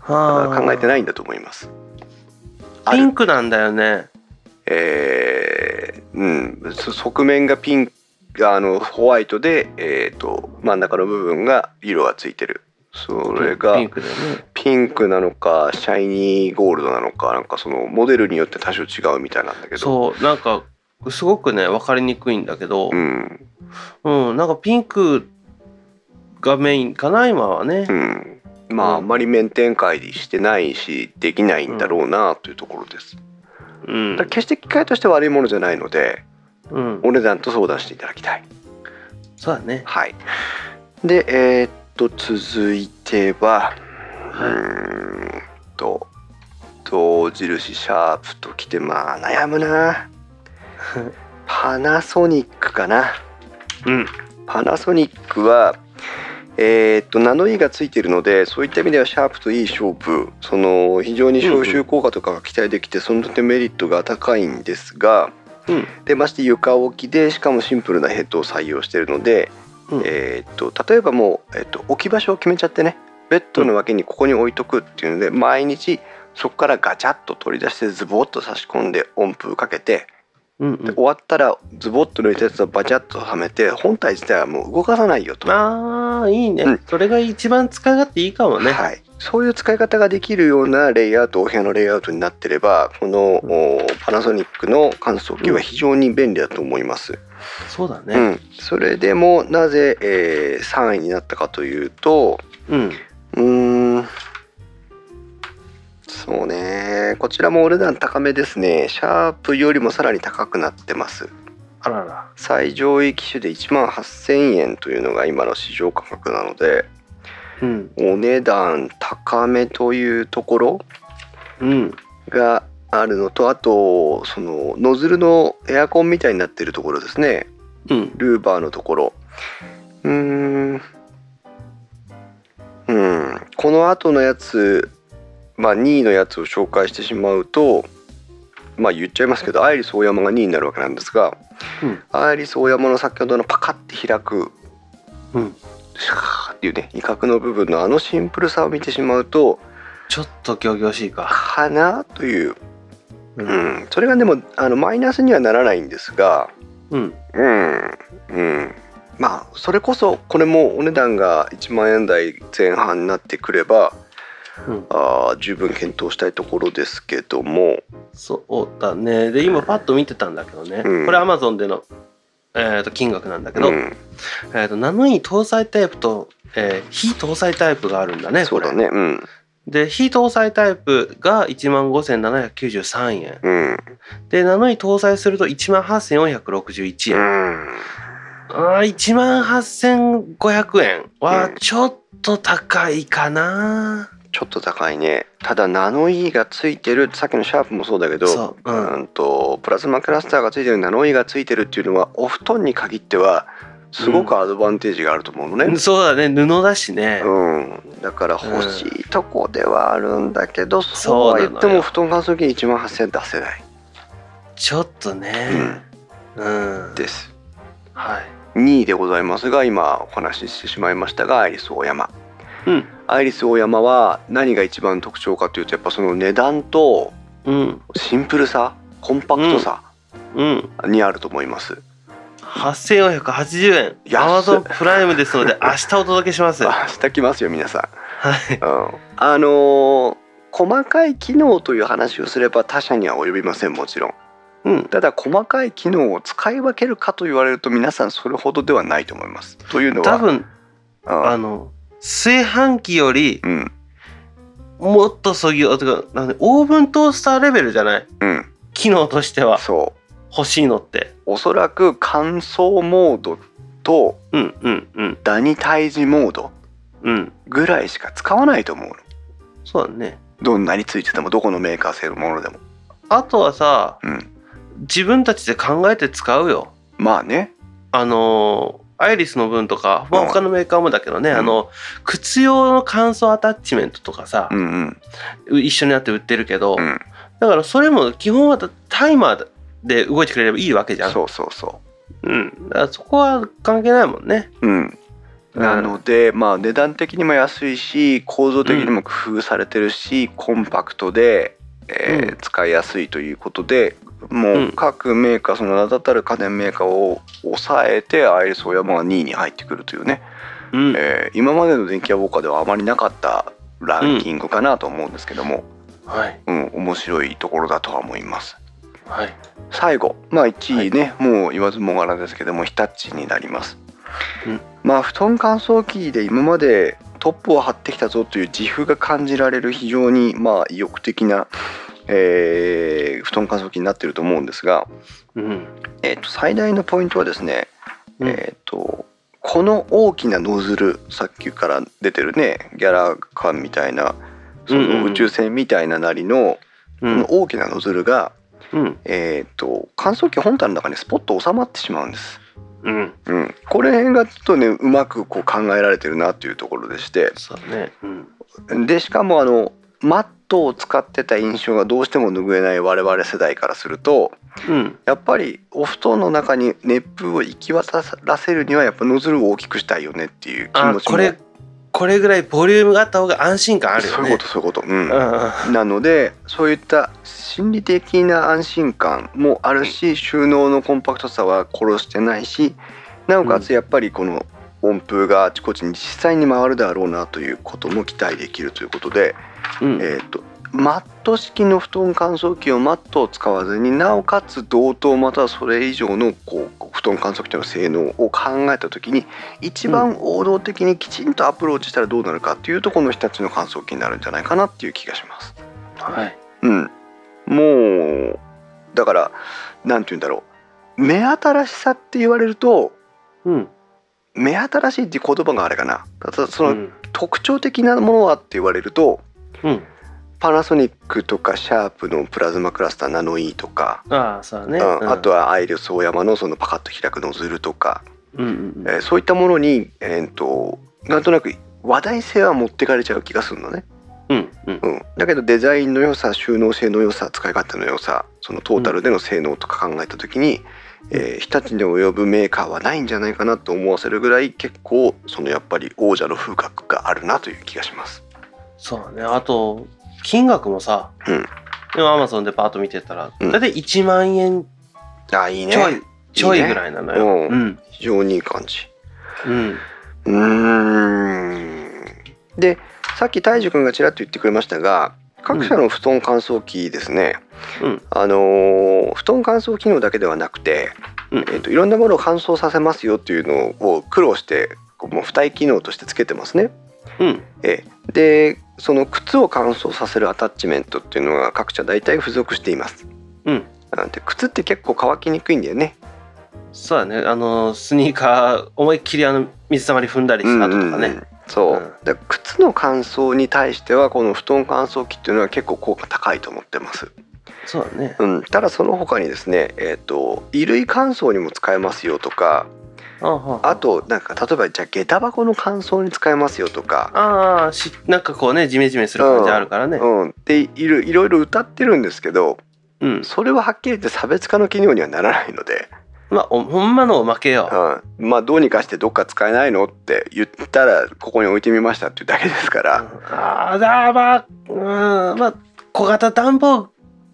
[SPEAKER 1] あ
[SPEAKER 2] 考
[SPEAKER 1] 考えて
[SPEAKER 2] い
[SPEAKER 1] ないんだと思います。あ
[SPEAKER 2] ピ
[SPEAKER 1] る
[SPEAKER 2] ンクなんだよね
[SPEAKER 1] えーうん、そ側面がピンクあのホワイトで、えー、と真ん中の部分が色がついてるそれが
[SPEAKER 2] ピンクだよね
[SPEAKER 1] ピンクなのかシャイニーゴールドなのかなんかそのモデルによって多少違うみたいなんだけど
[SPEAKER 2] そうなんかすごくね分かりにくいんだけど、
[SPEAKER 1] ん
[SPEAKER 2] うんなんかピンクがメインかな今はね、
[SPEAKER 1] うん、まあ、
[SPEAKER 2] うん
[SPEAKER 1] あんまり面展開してないしできないんだろうなというところです、
[SPEAKER 2] うん
[SPEAKER 1] だから決して機械として悪いものじゃないので
[SPEAKER 2] うん、
[SPEAKER 1] お値段と相談していただきたい
[SPEAKER 2] そうだね
[SPEAKER 1] はいでえーっと続いてはうーんと象印シャープときてまあ悩む なパナソニックかな
[SPEAKER 2] うん
[SPEAKER 1] パナソニックは、えーっとナノイーがついてるのでそういった意味ではシャープといい勝負その非常に消臭効果とかが期待できて、その点メリットが高いんですが
[SPEAKER 2] うん
[SPEAKER 1] でまして床置きでしかもシンプルなヘッドを採用してるので、
[SPEAKER 2] うん
[SPEAKER 1] えーっと例えばもう、えーっと置き場所を決めちゃってねベッドの脇にここに置いとくっていうので、毎日そこからガチャッと取り出してズボッと差し込んで温風かけて
[SPEAKER 2] うん
[SPEAKER 1] で
[SPEAKER 2] うん
[SPEAKER 1] 終わったらズボッと抜いたやつをバチャッとはめて本体自体はもう動かさないよと、
[SPEAKER 2] ああいいね、
[SPEAKER 1] うん
[SPEAKER 2] それが一番使い勝手いいかもね、
[SPEAKER 1] はい、そういう使い方ができるようなレイアウトお部屋のレイアウトになってればこの、
[SPEAKER 2] う
[SPEAKER 1] おパナソニックの乾燥機は非常に便利だと思います、
[SPEAKER 2] そうだ
[SPEAKER 1] う
[SPEAKER 2] ね
[SPEAKER 1] ん、それでもなぜ、えー3位になったかというと
[SPEAKER 2] うん、
[SPEAKER 1] うーんそうねこちらもお値段高めですねシャープよりもさらに高くなってます
[SPEAKER 2] あらら
[SPEAKER 1] 最上位機種で1万8000円というのが今の市場価格なので
[SPEAKER 2] うん
[SPEAKER 1] お値段高めというところ
[SPEAKER 2] うん
[SPEAKER 1] があるのとあとそのノズルのエアコンみたいになってるところですね
[SPEAKER 2] うん
[SPEAKER 1] ルーバーのところうーんうんこの後のやつまあ2位のやつを紹介してしまうとまあ言っちゃいますけどアイリスオーヤマが2位になるわけなんですが、
[SPEAKER 2] うん
[SPEAKER 1] アイリスオーヤマの先ほどのパカッて開く
[SPEAKER 2] うん
[SPEAKER 1] シャーっていうね威嚇の部分のあのシンプルさを見てしまうと
[SPEAKER 2] ちょっと仰々しいか
[SPEAKER 1] かなという、う、
[SPEAKER 2] う
[SPEAKER 1] ん、それがでもあのマイナスにはならないんですが
[SPEAKER 2] うん、
[SPEAKER 1] うん、うん、まあそれこそこれもお値段が1万円台前半になってくれば
[SPEAKER 2] うん、
[SPEAKER 1] あー十分検討したいところですけども
[SPEAKER 2] そうだねで今パッと見てたんだけどね、
[SPEAKER 1] うん
[SPEAKER 2] これアマゾンでの、えー、と金額なんだけど、
[SPEAKER 1] うん、
[SPEAKER 2] えー、とナノイー搭載タイプと、えー非搭載タイプがあるんだね
[SPEAKER 1] そうだ
[SPEAKER 2] これ
[SPEAKER 1] ねうん
[SPEAKER 2] で非搭載タイプが1万5793円
[SPEAKER 1] うん
[SPEAKER 2] でナノイー搭載すると1万
[SPEAKER 1] う
[SPEAKER 2] 8461円、
[SPEAKER 1] ん
[SPEAKER 2] あー1万8500円はちょっと高いかな、
[SPEAKER 1] ちょっと高いねただナノイーがついてるさっきのシャープもそうだけど
[SPEAKER 2] そううん
[SPEAKER 1] んとプラズマクラスターがついてるナノイーがついてるっていうのはお布団に限ってはすごくアドバンテージがあると思うのね、
[SPEAKER 2] そうだね布だしね、
[SPEAKER 1] うん、だから欲しいとこではあるんだけど、そうは言って
[SPEAKER 2] そうなの
[SPEAKER 1] も
[SPEAKER 2] よ
[SPEAKER 1] 布団乾燥機1万8000円出せない、
[SPEAKER 2] ちょっとねうん、
[SPEAKER 1] うん、です
[SPEAKER 2] はい
[SPEAKER 1] 2位でございますが今お話ししてしまいましたがアイリスオーヤマ
[SPEAKER 2] うん
[SPEAKER 1] アイリスオーヤマは何が一番特徴かというとやっぱその値段と
[SPEAKER 2] うん
[SPEAKER 1] シンプルさコンパクトさ
[SPEAKER 2] うん
[SPEAKER 1] にあると思います、
[SPEAKER 2] 8480円
[SPEAKER 1] 安っ
[SPEAKER 2] アマゾンプライムで すので明日お届けします
[SPEAKER 1] 明
[SPEAKER 2] は
[SPEAKER 1] 日来ますよ皆さん
[SPEAKER 2] い
[SPEAKER 1] うんあのー細かい機能という話をすれば他社には及びませんもちろん、
[SPEAKER 2] うん
[SPEAKER 1] ただ細かい機能を使い分けるかと言われると皆さんそれほどではないと思いますというのは
[SPEAKER 2] 多分
[SPEAKER 1] うん
[SPEAKER 2] あの炊飯器より
[SPEAKER 1] うん
[SPEAKER 2] もっとそぎ落とかなんでオーブントースターレベルじゃない
[SPEAKER 1] うん
[SPEAKER 2] 機能としては
[SPEAKER 1] そう
[SPEAKER 2] 欲しいのって
[SPEAKER 1] おそらく乾燥モードと
[SPEAKER 2] うんうんうん
[SPEAKER 1] ダニ退治モード
[SPEAKER 2] うん
[SPEAKER 1] ぐらいしか使わないと思うの
[SPEAKER 2] そうだね
[SPEAKER 1] どんなについててもどこのメーカー製のものでも
[SPEAKER 2] あとはさ
[SPEAKER 1] うん
[SPEAKER 2] 自分たちで考えて使うよ
[SPEAKER 1] まあね
[SPEAKER 2] あのーアイリスの分とか、ま
[SPEAKER 1] うん
[SPEAKER 2] あ、他のメーカーもだけどね、
[SPEAKER 1] うん
[SPEAKER 2] あの靴用の乾燥アタッチメントとかさ
[SPEAKER 1] う、んうん
[SPEAKER 2] 一緒になって売ってるけど、
[SPEAKER 1] うん
[SPEAKER 2] だからそれも基本はタイマーで動いてくれればいいわけじゃん。。
[SPEAKER 1] そうそうそう
[SPEAKER 2] ん。だからそこは関係ないもんね。
[SPEAKER 1] ううんなので、まあ値段的にも安いし構造的にも工夫されてるし、コンパクトで、えー
[SPEAKER 2] うん
[SPEAKER 1] 使いやすいということでも
[SPEAKER 2] う
[SPEAKER 1] うん各メーカーその名だたる家電メーカーを抑えてアイリスオーヤマが2位に入ってくるというね、
[SPEAKER 2] うん。
[SPEAKER 1] えー今までの電気屋ウォーカーではあまりなかったランキングかなと思うんですけども、
[SPEAKER 2] はい。
[SPEAKER 1] うん、面白いところだとは思います。
[SPEAKER 2] はい。
[SPEAKER 1] 最後まあ1位ね、もう言わずもがなですけども日立になります、
[SPEAKER 2] うん
[SPEAKER 1] まあ布団乾燥機で今までトップを張ってきたぞという自負が感じられる非常にまあ意欲的な、えー布団乾燥機になってると思うんですが、
[SPEAKER 2] うん。
[SPEAKER 1] えー、と最大のポイントはですね、
[SPEAKER 2] うん
[SPEAKER 1] えっ、とこの大きなノズルさっきから出てるねギャラ感みたいなそ
[SPEAKER 2] うんうん
[SPEAKER 1] の
[SPEAKER 2] うん
[SPEAKER 1] 宇宙船みたいななりの
[SPEAKER 2] う
[SPEAKER 1] こ
[SPEAKER 2] ん
[SPEAKER 1] の。大きなノズルが、
[SPEAKER 2] うん。
[SPEAKER 1] えー、と乾燥機本体の中にスポッと収まってしまうんです。
[SPEAKER 2] うん。
[SPEAKER 1] うん、これ辺がちょっとねうまくこう考えられてるなというところでして
[SPEAKER 2] そうだね。うん。
[SPEAKER 1] でしかもあのマットを使ってた印象がどうしても拭えない我々世代からすると
[SPEAKER 2] うん。
[SPEAKER 1] やっぱりお布団の中に熱風を行き渡らせるにはやっぱノズルを大きくしたいよねっていう気
[SPEAKER 2] あ
[SPEAKER 1] 持、ちも
[SPEAKER 2] これ、これぐらいボリュームがあった方が安心感あるよ
[SPEAKER 1] そう
[SPEAKER 2] ね。
[SPEAKER 1] いうことそういうこと、うん
[SPEAKER 2] う
[SPEAKER 1] なのでそういった心理的な安心感もあるし収納のコンパクトさは殺してないしなおかつやっぱりこの音符があちこちに実際に回るだろうなということも期待できるということで、
[SPEAKER 2] ん。うん。
[SPEAKER 1] えー、とマット式の布団乾燥機をマットを使わずになおかつ同等またはそれ以上のこう布団乾燥機の性能を考えた時に一番王道的にきちんとアプローチしたらどうなるかっていうとこの日立の乾燥機になるんじゃないかなっていう気がします。
[SPEAKER 2] はい。
[SPEAKER 1] うん、もうだからなんて言うんだろう目新しさって言われると
[SPEAKER 2] うん。
[SPEAKER 1] 目新しいっていう言葉があれかなただそうの
[SPEAKER 2] ん。
[SPEAKER 1] 特徴的なものはって言われると、
[SPEAKER 2] うん。
[SPEAKER 1] パナソニックとかシャープのプラズマクラスターナノイーとか、
[SPEAKER 2] ああ、そうだね。
[SPEAKER 1] うん
[SPEAKER 2] うん
[SPEAKER 1] あと。はアイリスオーヤマのそのパカッと開くノズルとか、
[SPEAKER 2] うんうん
[SPEAKER 1] えーそういったものに、えーっとなんとなく話題性は持ってかれちゃう気がするのね。
[SPEAKER 2] うん。うん。うん。
[SPEAKER 1] うん、だけどデザインの良さ収納性の良さ使い勝手の良さそのトータルでの性能とか考えた時に、えー日立に及ぶメーカーはないんじゃないかなと思わせるぐらい結構そのやっぱり王者の風格があるなという気がします。
[SPEAKER 2] そうだねあと金額もさ、
[SPEAKER 1] うん
[SPEAKER 2] 今アマゾンでパーッと見てたら、
[SPEAKER 1] うん
[SPEAKER 2] 大体1万円
[SPEAKER 1] あいい
[SPEAKER 2] ちょい、
[SPEAKER 1] ね
[SPEAKER 2] ちょいぐらいなのよ。
[SPEAKER 1] う
[SPEAKER 2] うん
[SPEAKER 1] 非常にいい感じ。
[SPEAKER 2] うん
[SPEAKER 1] うーんでさっき泰くんがちらっと言ってくれましたが各社の布団乾燥機ですね、
[SPEAKER 2] うん
[SPEAKER 1] あのー布団乾燥機能だけではなくて、
[SPEAKER 2] うん
[SPEAKER 1] えー、といろんなものを乾燥させますよっていうのを苦労してこうもう付帯機能としてつけてますね。
[SPEAKER 2] うん
[SPEAKER 1] えーでその靴を乾燥させるアタッチメントっていうのが各社大体付属しています。
[SPEAKER 2] うん
[SPEAKER 1] なんで靴って結構乾きにくいんだよね。
[SPEAKER 2] そうだねあのスニーカー思いっきりあの水たまり踏んだりした後と
[SPEAKER 1] うん
[SPEAKER 2] かね、
[SPEAKER 1] うんうんそう、
[SPEAKER 2] うん
[SPEAKER 1] だから靴の乾燥に対してはこの布団乾燥機っていうのは結構効果高いと思ってます、
[SPEAKER 2] そうだね
[SPEAKER 1] うん、ただその他にですねえっ、と衣類乾燥にも使えますよとか、あとなんか例えばじゃあ下駄箱の乾燥に使えますよとか、
[SPEAKER 2] ああしなんかこうねジメジメする感じあるからね
[SPEAKER 1] うん、っていろいろいろ歌ってるんですけど
[SPEAKER 2] うん、
[SPEAKER 1] それははっきり言って差別化の機能にはならないので、
[SPEAKER 2] まあおほんまのおまけよ
[SPEAKER 1] うん、まあどうにかしてどっか使えないのって言ったらここに置いてみましたっていうだけですか
[SPEAKER 2] あ
[SPEAKER 1] ら、
[SPEAKER 2] あーだーまあうんまあ小型暖房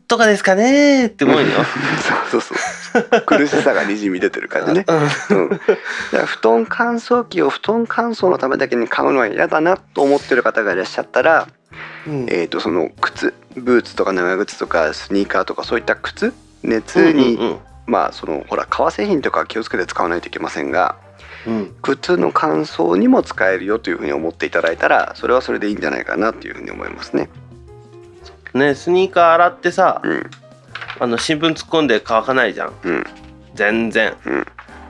[SPEAKER 2] とかですかねーって思うよ、
[SPEAKER 1] そうそうそう苦しさがにじみ出てる感じね
[SPEAKER 2] うん
[SPEAKER 1] うん、だから布団乾燥機を布団乾燥のためだけに買うのは嫌だなと思ってる方がいらっしゃったら、
[SPEAKER 2] うん
[SPEAKER 1] えー、とその靴ブーツとか長靴とかスニーカーとかそういった靴熱に、
[SPEAKER 2] うんうん
[SPEAKER 1] まあそのほら革製品とかは気をつけて使わないといけませんが
[SPEAKER 2] うん
[SPEAKER 1] 靴の乾燥にも使えるよというふうに思っていただいたらそれはそれでいいんじゃないかなというふうに思いますね。
[SPEAKER 2] うんねスニーカー洗ってさ
[SPEAKER 1] うん
[SPEAKER 2] あの新聞突っ込んで乾かないじゃん
[SPEAKER 1] うん
[SPEAKER 2] 全然
[SPEAKER 1] うん、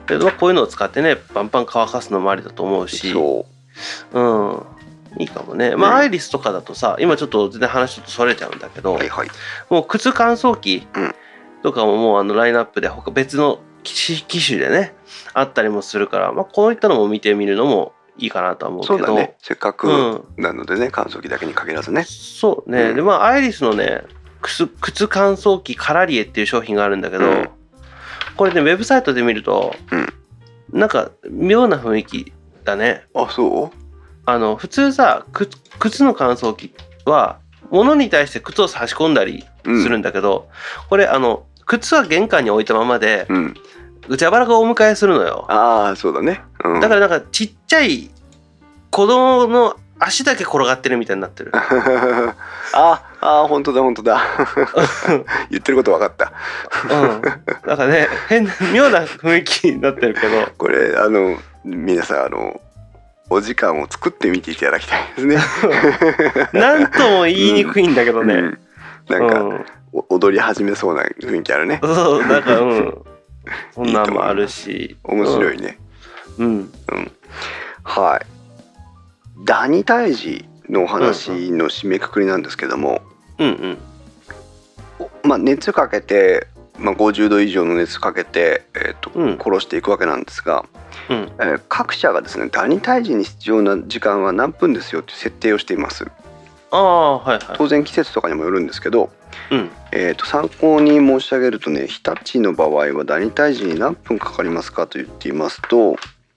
[SPEAKER 2] でまあこういうのを使ってねバンバン乾かすのもありだと思うし
[SPEAKER 1] そう
[SPEAKER 2] うんいいかもねまあ、
[SPEAKER 1] うん
[SPEAKER 2] アイリスとかだとさ今ちょっと全然話ちょっとそれちゃうんだけど、
[SPEAKER 1] はいはい
[SPEAKER 2] もう靴乾燥機
[SPEAKER 1] うん
[SPEAKER 2] とかももうあのラインナップで他別の機種機種でねあったりもするから、まあ、こういったのも見てみるのもいいかなとは思うけ
[SPEAKER 1] そ
[SPEAKER 2] ど
[SPEAKER 1] うだねせっか
[SPEAKER 2] う
[SPEAKER 1] く
[SPEAKER 2] ん、
[SPEAKER 1] なのでね乾燥機だけに限らずね。
[SPEAKER 2] そうね、
[SPEAKER 1] うん
[SPEAKER 2] でまあアイリスのね靴靴乾燥機カラリエっていう商品があるんだけど、
[SPEAKER 1] うん
[SPEAKER 2] これねウェブサイトで見ると、なんか妙な雰囲気だね
[SPEAKER 1] あそう
[SPEAKER 2] あの普通さ靴靴の乾燥機は物に対して靴を差し込んだり
[SPEAKER 1] うん
[SPEAKER 2] するんだけど、これあの靴は玄関に置いたままで
[SPEAKER 1] うん、
[SPEAKER 2] 蛇腹がお迎えするのよ
[SPEAKER 1] ああそうだね。うん、
[SPEAKER 2] だからなんかちっちゃい子供の足だけ転がってるみたいになっ てる
[SPEAKER 1] あ あ本当だ本当だ 言ってること分かった
[SPEAKER 2] うん、なんかね変な妙な雰囲気になってるけど
[SPEAKER 1] これあの皆さんあのお時間を作ってみていただきたいですね
[SPEAKER 2] なんとも言いにくいんだけどね、う
[SPEAKER 1] うんんなんか、お踊り始めそうな雰囲気あるね
[SPEAKER 2] そうなん かうんそんなんもあるし
[SPEAKER 1] 面白
[SPEAKER 2] い、
[SPEAKER 1] いね、
[SPEAKER 2] うん
[SPEAKER 1] はいダニ退治のお話の締めくくりなんですけども、
[SPEAKER 2] うんうん
[SPEAKER 1] まあ、熱かけて、まあ、50度以上の熱かけて、えーと
[SPEAKER 2] うん
[SPEAKER 1] 殺していくわけなんですが、
[SPEAKER 2] うん
[SPEAKER 1] えー各社がですねダニ退治に必要な時間は何分ですよという設定をしています
[SPEAKER 2] ああはいはい
[SPEAKER 1] 当然季節とかにもよるんですけど、
[SPEAKER 2] うん
[SPEAKER 1] えー、と参考に申し上げるとね日立の場合はダニ退治に何分かかりますかと言っていますと、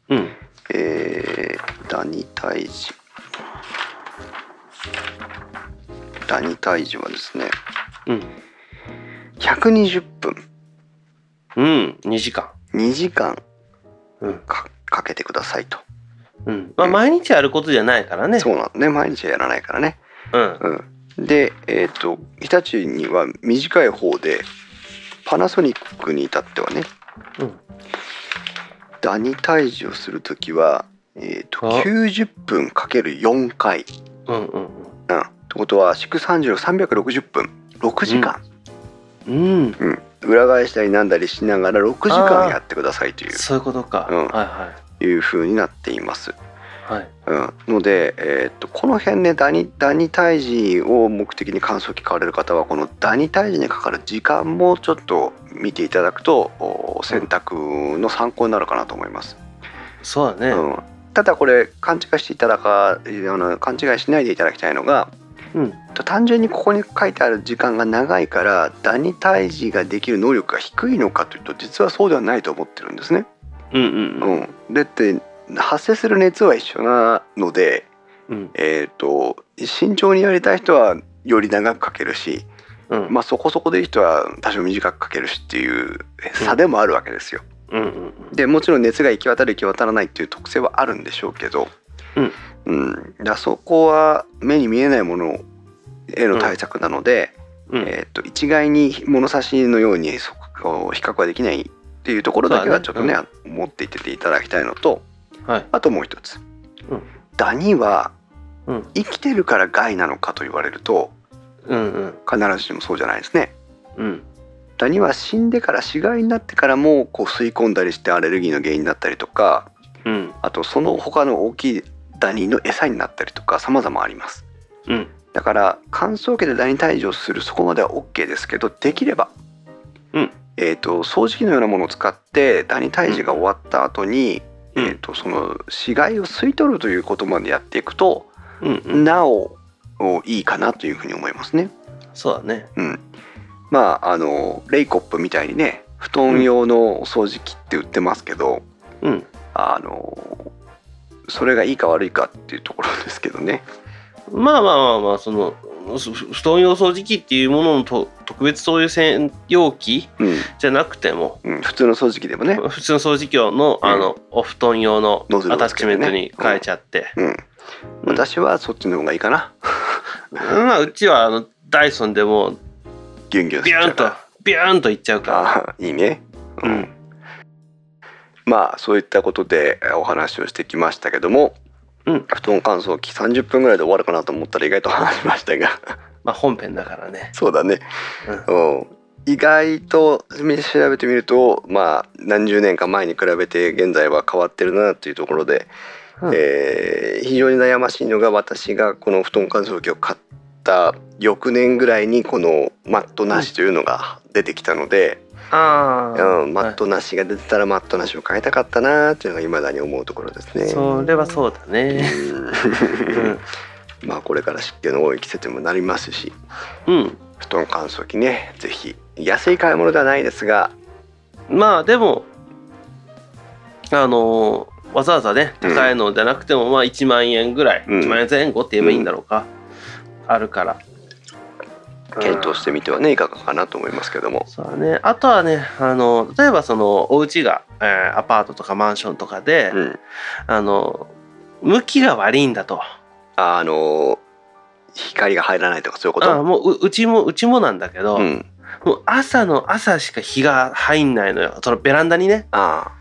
[SPEAKER 2] うん
[SPEAKER 1] えーダニ退治ダニ退治はですね
[SPEAKER 2] うん
[SPEAKER 1] 120分
[SPEAKER 2] うん2時間
[SPEAKER 1] 2時間
[SPEAKER 2] うん
[SPEAKER 1] かかけてくださいと、
[SPEAKER 2] うんまあ毎日やることじゃないからね
[SPEAKER 1] そうなのね毎日はやらないからね
[SPEAKER 2] うん
[SPEAKER 1] うん、で、えー、と日立には短い方でパナソニックに至ってはね、
[SPEAKER 2] うん
[SPEAKER 1] ダニ退治をする時は、えー、と
[SPEAKER 2] あ
[SPEAKER 1] 90分かける4回、
[SPEAKER 2] うんうん
[SPEAKER 1] うん、ってことは630の360分6時間、
[SPEAKER 2] うんうん
[SPEAKER 1] 裏返したりなんだりしながら6時
[SPEAKER 2] あ
[SPEAKER 1] 間
[SPEAKER 2] ー
[SPEAKER 1] やってくださいという
[SPEAKER 2] そういうことか、
[SPEAKER 1] うん
[SPEAKER 2] は
[SPEAKER 1] いう風になっています。
[SPEAKER 2] いはいはい
[SPEAKER 1] うん、ので、えー、とこの辺ねダニダニ退治を目的に乾燥機買われる方はこのダニ退治にかかる時間もちょっと見ていただくとお選択の参考になるかなと思います。
[SPEAKER 2] そうだ
[SPEAKER 1] う
[SPEAKER 2] ね
[SPEAKER 1] ん、ただこれ勘違いしていただかあの勘違いしないでいただきたいのが
[SPEAKER 2] うん
[SPEAKER 1] 単純にここに書いてある時間が長いからダニ退治ができる能力が低いのかというと実はそうではないと思ってるんですね。
[SPEAKER 2] うんうんうん
[SPEAKER 1] うん、だって発生する熱は一緒なので、
[SPEAKER 2] うん
[SPEAKER 1] えっ、と慎重にやりたい人はより長くかけるし、
[SPEAKER 2] うん
[SPEAKER 1] まあ、そこそこでいい人は多少短くかけるしっていう差でもあるわけですよ。
[SPEAKER 2] うんうん
[SPEAKER 1] でもちろん熱が行き渡る行き渡らないっていう特性はあるんでしょうけど、
[SPEAKER 2] うん
[SPEAKER 1] うんだからそこは目に見えないものへの対策なので、
[SPEAKER 2] うん
[SPEAKER 1] えー、と一概に物差しのようにそこを比較はできないっていうところだけはちょっとね
[SPEAKER 2] そう
[SPEAKER 1] 持っていってていただきたいのと
[SPEAKER 2] はい
[SPEAKER 1] あともう一つ、
[SPEAKER 2] うん
[SPEAKER 1] ダニは
[SPEAKER 2] うん
[SPEAKER 1] 生きてるから害なのかと言われると
[SPEAKER 2] うんうん
[SPEAKER 1] 必ずしもそうじゃないですね。
[SPEAKER 2] うん
[SPEAKER 1] ダニは死んでから死骸になってからもこう吸い込んだりしてアレルギーの原因になったりとか
[SPEAKER 2] うん
[SPEAKER 1] あとその他の大きいダニの餌になったりとか様々あります。
[SPEAKER 2] うん
[SPEAKER 1] だから乾燥機でダニ退治をするそこまでは OK ですけどできれば、
[SPEAKER 2] うん
[SPEAKER 1] えー、と掃除機のようなものを使ってダニ退治が終わった後に、
[SPEAKER 2] うん
[SPEAKER 1] えー、とその死骸を吸い取るということまでやっていくと
[SPEAKER 2] うんうん
[SPEAKER 1] なおおいいかなというふうに思いますね。
[SPEAKER 2] そうだね
[SPEAKER 1] うん、まああのレイコップみたいにね布団用のお掃除機って売ってますけど、
[SPEAKER 2] うん
[SPEAKER 1] あのそれがいいか悪いかっていうところですけどね。
[SPEAKER 2] まあまあまあまあそのふ布団用掃除機っていうもののと特別そういう専用機
[SPEAKER 1] うん
[SPEAKER 2] じゃなくても
[SPEAKER 1] うん、普通の掃除機でもね。
[SPEAKER 2] 普通の掃除機用の,、
[SPEAKER 1] うん
[SPEAKER 2] あのお布団用の
[SPEAKER 1] ノズル
[SPEAKER 2] ア
[SPEAKER 1] を
[SPEAKER 2] タ
[SPEAKER 1] つ
[SPEAKER 2] ッ
[SPEAKER 1] けて
[SPEAKER 2] チ
[SPEAKER 1] ね
[SPEAKER 2] メントに変えちゃって、
[SPEAKER 1] うん、私はそっちの方がいいかな。
[SPEAKER 2] うんまあ、うちはあのダイソンでもう
[SPEAKER 1] ギュンギュン吸っ
[SPEAKER 2] ビ
[SPEAKER 1] ちゃう
[SPEAKER 2] ューンと
[SPEAKER 1] か
[SPEAKER 2] ビューンといっちゃ
[SPEAKER 1] ら。
[SPEAKER 2] うか
[SPEAKER 1] あーいいね。
[SPEAKER 2] ら、うん、
[SPEAKER 1] まあそういったことでえーお話をしてきましたけども、
[SPEAKER 2] うん
[SPEAKER 1] 布団乾燥機30分ぐらいで終わるかなと思ったら意外と話しましたが
[SPEAKER 2] まあ本編だからね
[SPEAKER 1] そうだね、
[SPEAKER 2] う
[SPEAKER 1] うん、意外と調べてみるとまあ何十年か前に比べて現在は変わってるなというところで、
[SPEAKER 2] うん
[SPEAKER 1] えー非常に悩ましいのが私がこの布団乾燥機を買った翌年ぐらいにこのマットなしというのが出てきたので、
[SPEAKER 2] ああ、
[SPEAKER 1] うん、マットなしが出てたらマットなしを買いたかったなーっていうのが未だに思うところですね。
[SPEAKER 2] それはそうだねう
[SPEAKER 1] うん
[SPEAKER 2] ん
[SPEAKER 1] まあこれから湿気の多い季節にもなりますし
[SPEAKER 2] うん
[SPEAKER 1] 布団乾燥機ねぜひ安い買い物ではないですが
[SPEAKER 2] まあでもあのーわざわざね
[SPEAKER 1] うん
[SPEAKER 2] 高いのじゃなくても、まあ1万円ぐらい、
[SPEAKER 1] うん
[SPEAKER 2] 1万円前後って言えばいいんだろうか、あるから
[SPEAKER 1] 検討してみてはねいかがかなと思いますけども。
[SPEAKER 2] そうだねあとはねあの例えばそのお家が、えーアパートとかマンションとかで、
[SPEAKER 1] うん、
[SPEAKER 2] あの向きが悪いんだと
[SPEAKER 1] ああのー光が入らないとかそういうこ
[SPEAKER 2] あ
[SPEAKER 1] と
[SPEAKER 2] もうううちもうちもなんだけど、
[SPEAKER 1] うん、
[SPEAKER 2] もう朝の朝しか日が入んないのよそのベランダにね
[SPEAKER 1] あ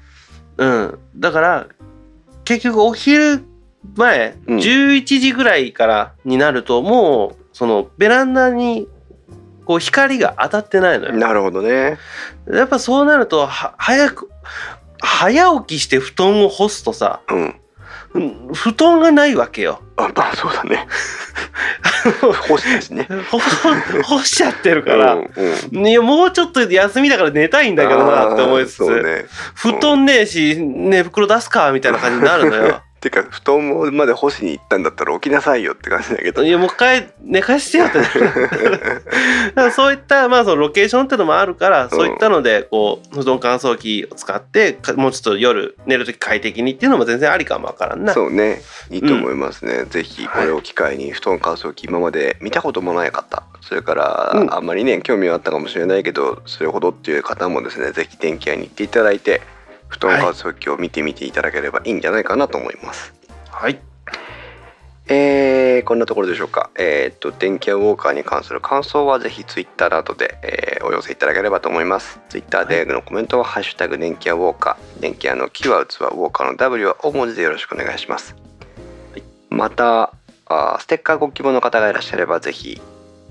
[SPEAKER 2] うんだから結局お昼前、
[SPEAKER 1] うん
[SPEAKER 2] 11時ぐらいからになるともうそのベランダにこう光が当たってないの
[SPEAKER 1] あ
[SPEAKER 2] よ
[SPEAKER 1] なるほどね。
[SPEAKER 2] やっぱそうなるとは早く早起きして布団を干すとさ
[SPEAKER 1] うん、
[SPEAKER 2] うん布団がないわけよ
[SPEAKER 1] あまあそうだね。干したしね。
[SPEAKER 2] 干干しちゃってるから、
[SPEAKER 1] うんうん
[SPEAKER 2] いやもうちょっと休みだから寝たいんだけどなって思いつ
[SPEAKER 1] あーそう
[SPEAKER 2] つ、
[SPEAKER 1] ね
[SPEAKER 2] 布団ねえし寝袋出すかみたいな感じになる のよ
[SPEAKER 1] てか布団まで干しに行ったんだったら起きなさいよって感じだけど
[SPEAKER 2] いやもう一回寝かしてよ ってなるだからそういったまあそのロケーションってのもあるからそういったのでこう布団乾燥機を使ってかもうちょっと夜寝る時快適にっていうのも全然ありかもわからんな
[SPEAKER 1] そうねいいと思いますね、ぜひこれを機会に布団乾燥機今まで見たこともない方それから、
[SPEAKER 2] うん
[SPEAKER 1] あんまりね興味はあったかもしれないけどそれほどっていう方もですねぜひ電気屋に行っていただいて布団乾燥機を見てみていただければいいんじゃないかなと思います、
[SPEAKER 2] はい
[SPEAKER 1] えーこんなところでしょうかえーっと電気屋ウォーカーに関する感想はぜひツイッターなどで、えーお寄せいただければと思いますツイッターでのコメントは「ハッシュタグ電気屋ウォーカー」電気屋の「キは器」ウォーカーの「W」は大文字でよろしくお願いします、
[SPEAKER 2] はい
[SPEAKER 1] またあーステッカーご希望の方がいらっしゃればぜひ、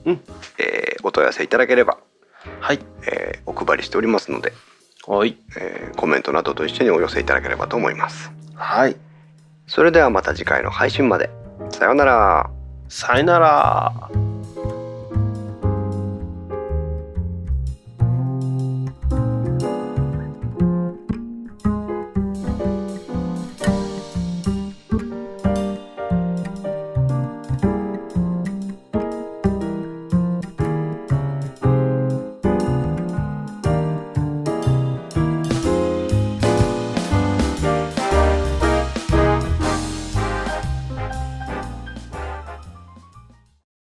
[SPEAKER 2] うん
[SPEAKER 1] えーお問い合わせいただければ、
[SPEAKER 2] はい
[SPEAKER 1] えーお配りしておりますので、
[SPEAKER 2] はい
[SPEAKER 1] えーコメントなどと一緒にお寄せいただければと思います
[SPEAKER 2] はい
[SPEAKER 1] それではまた次回の配信までさようなら
[SPEAKER 2] さよなら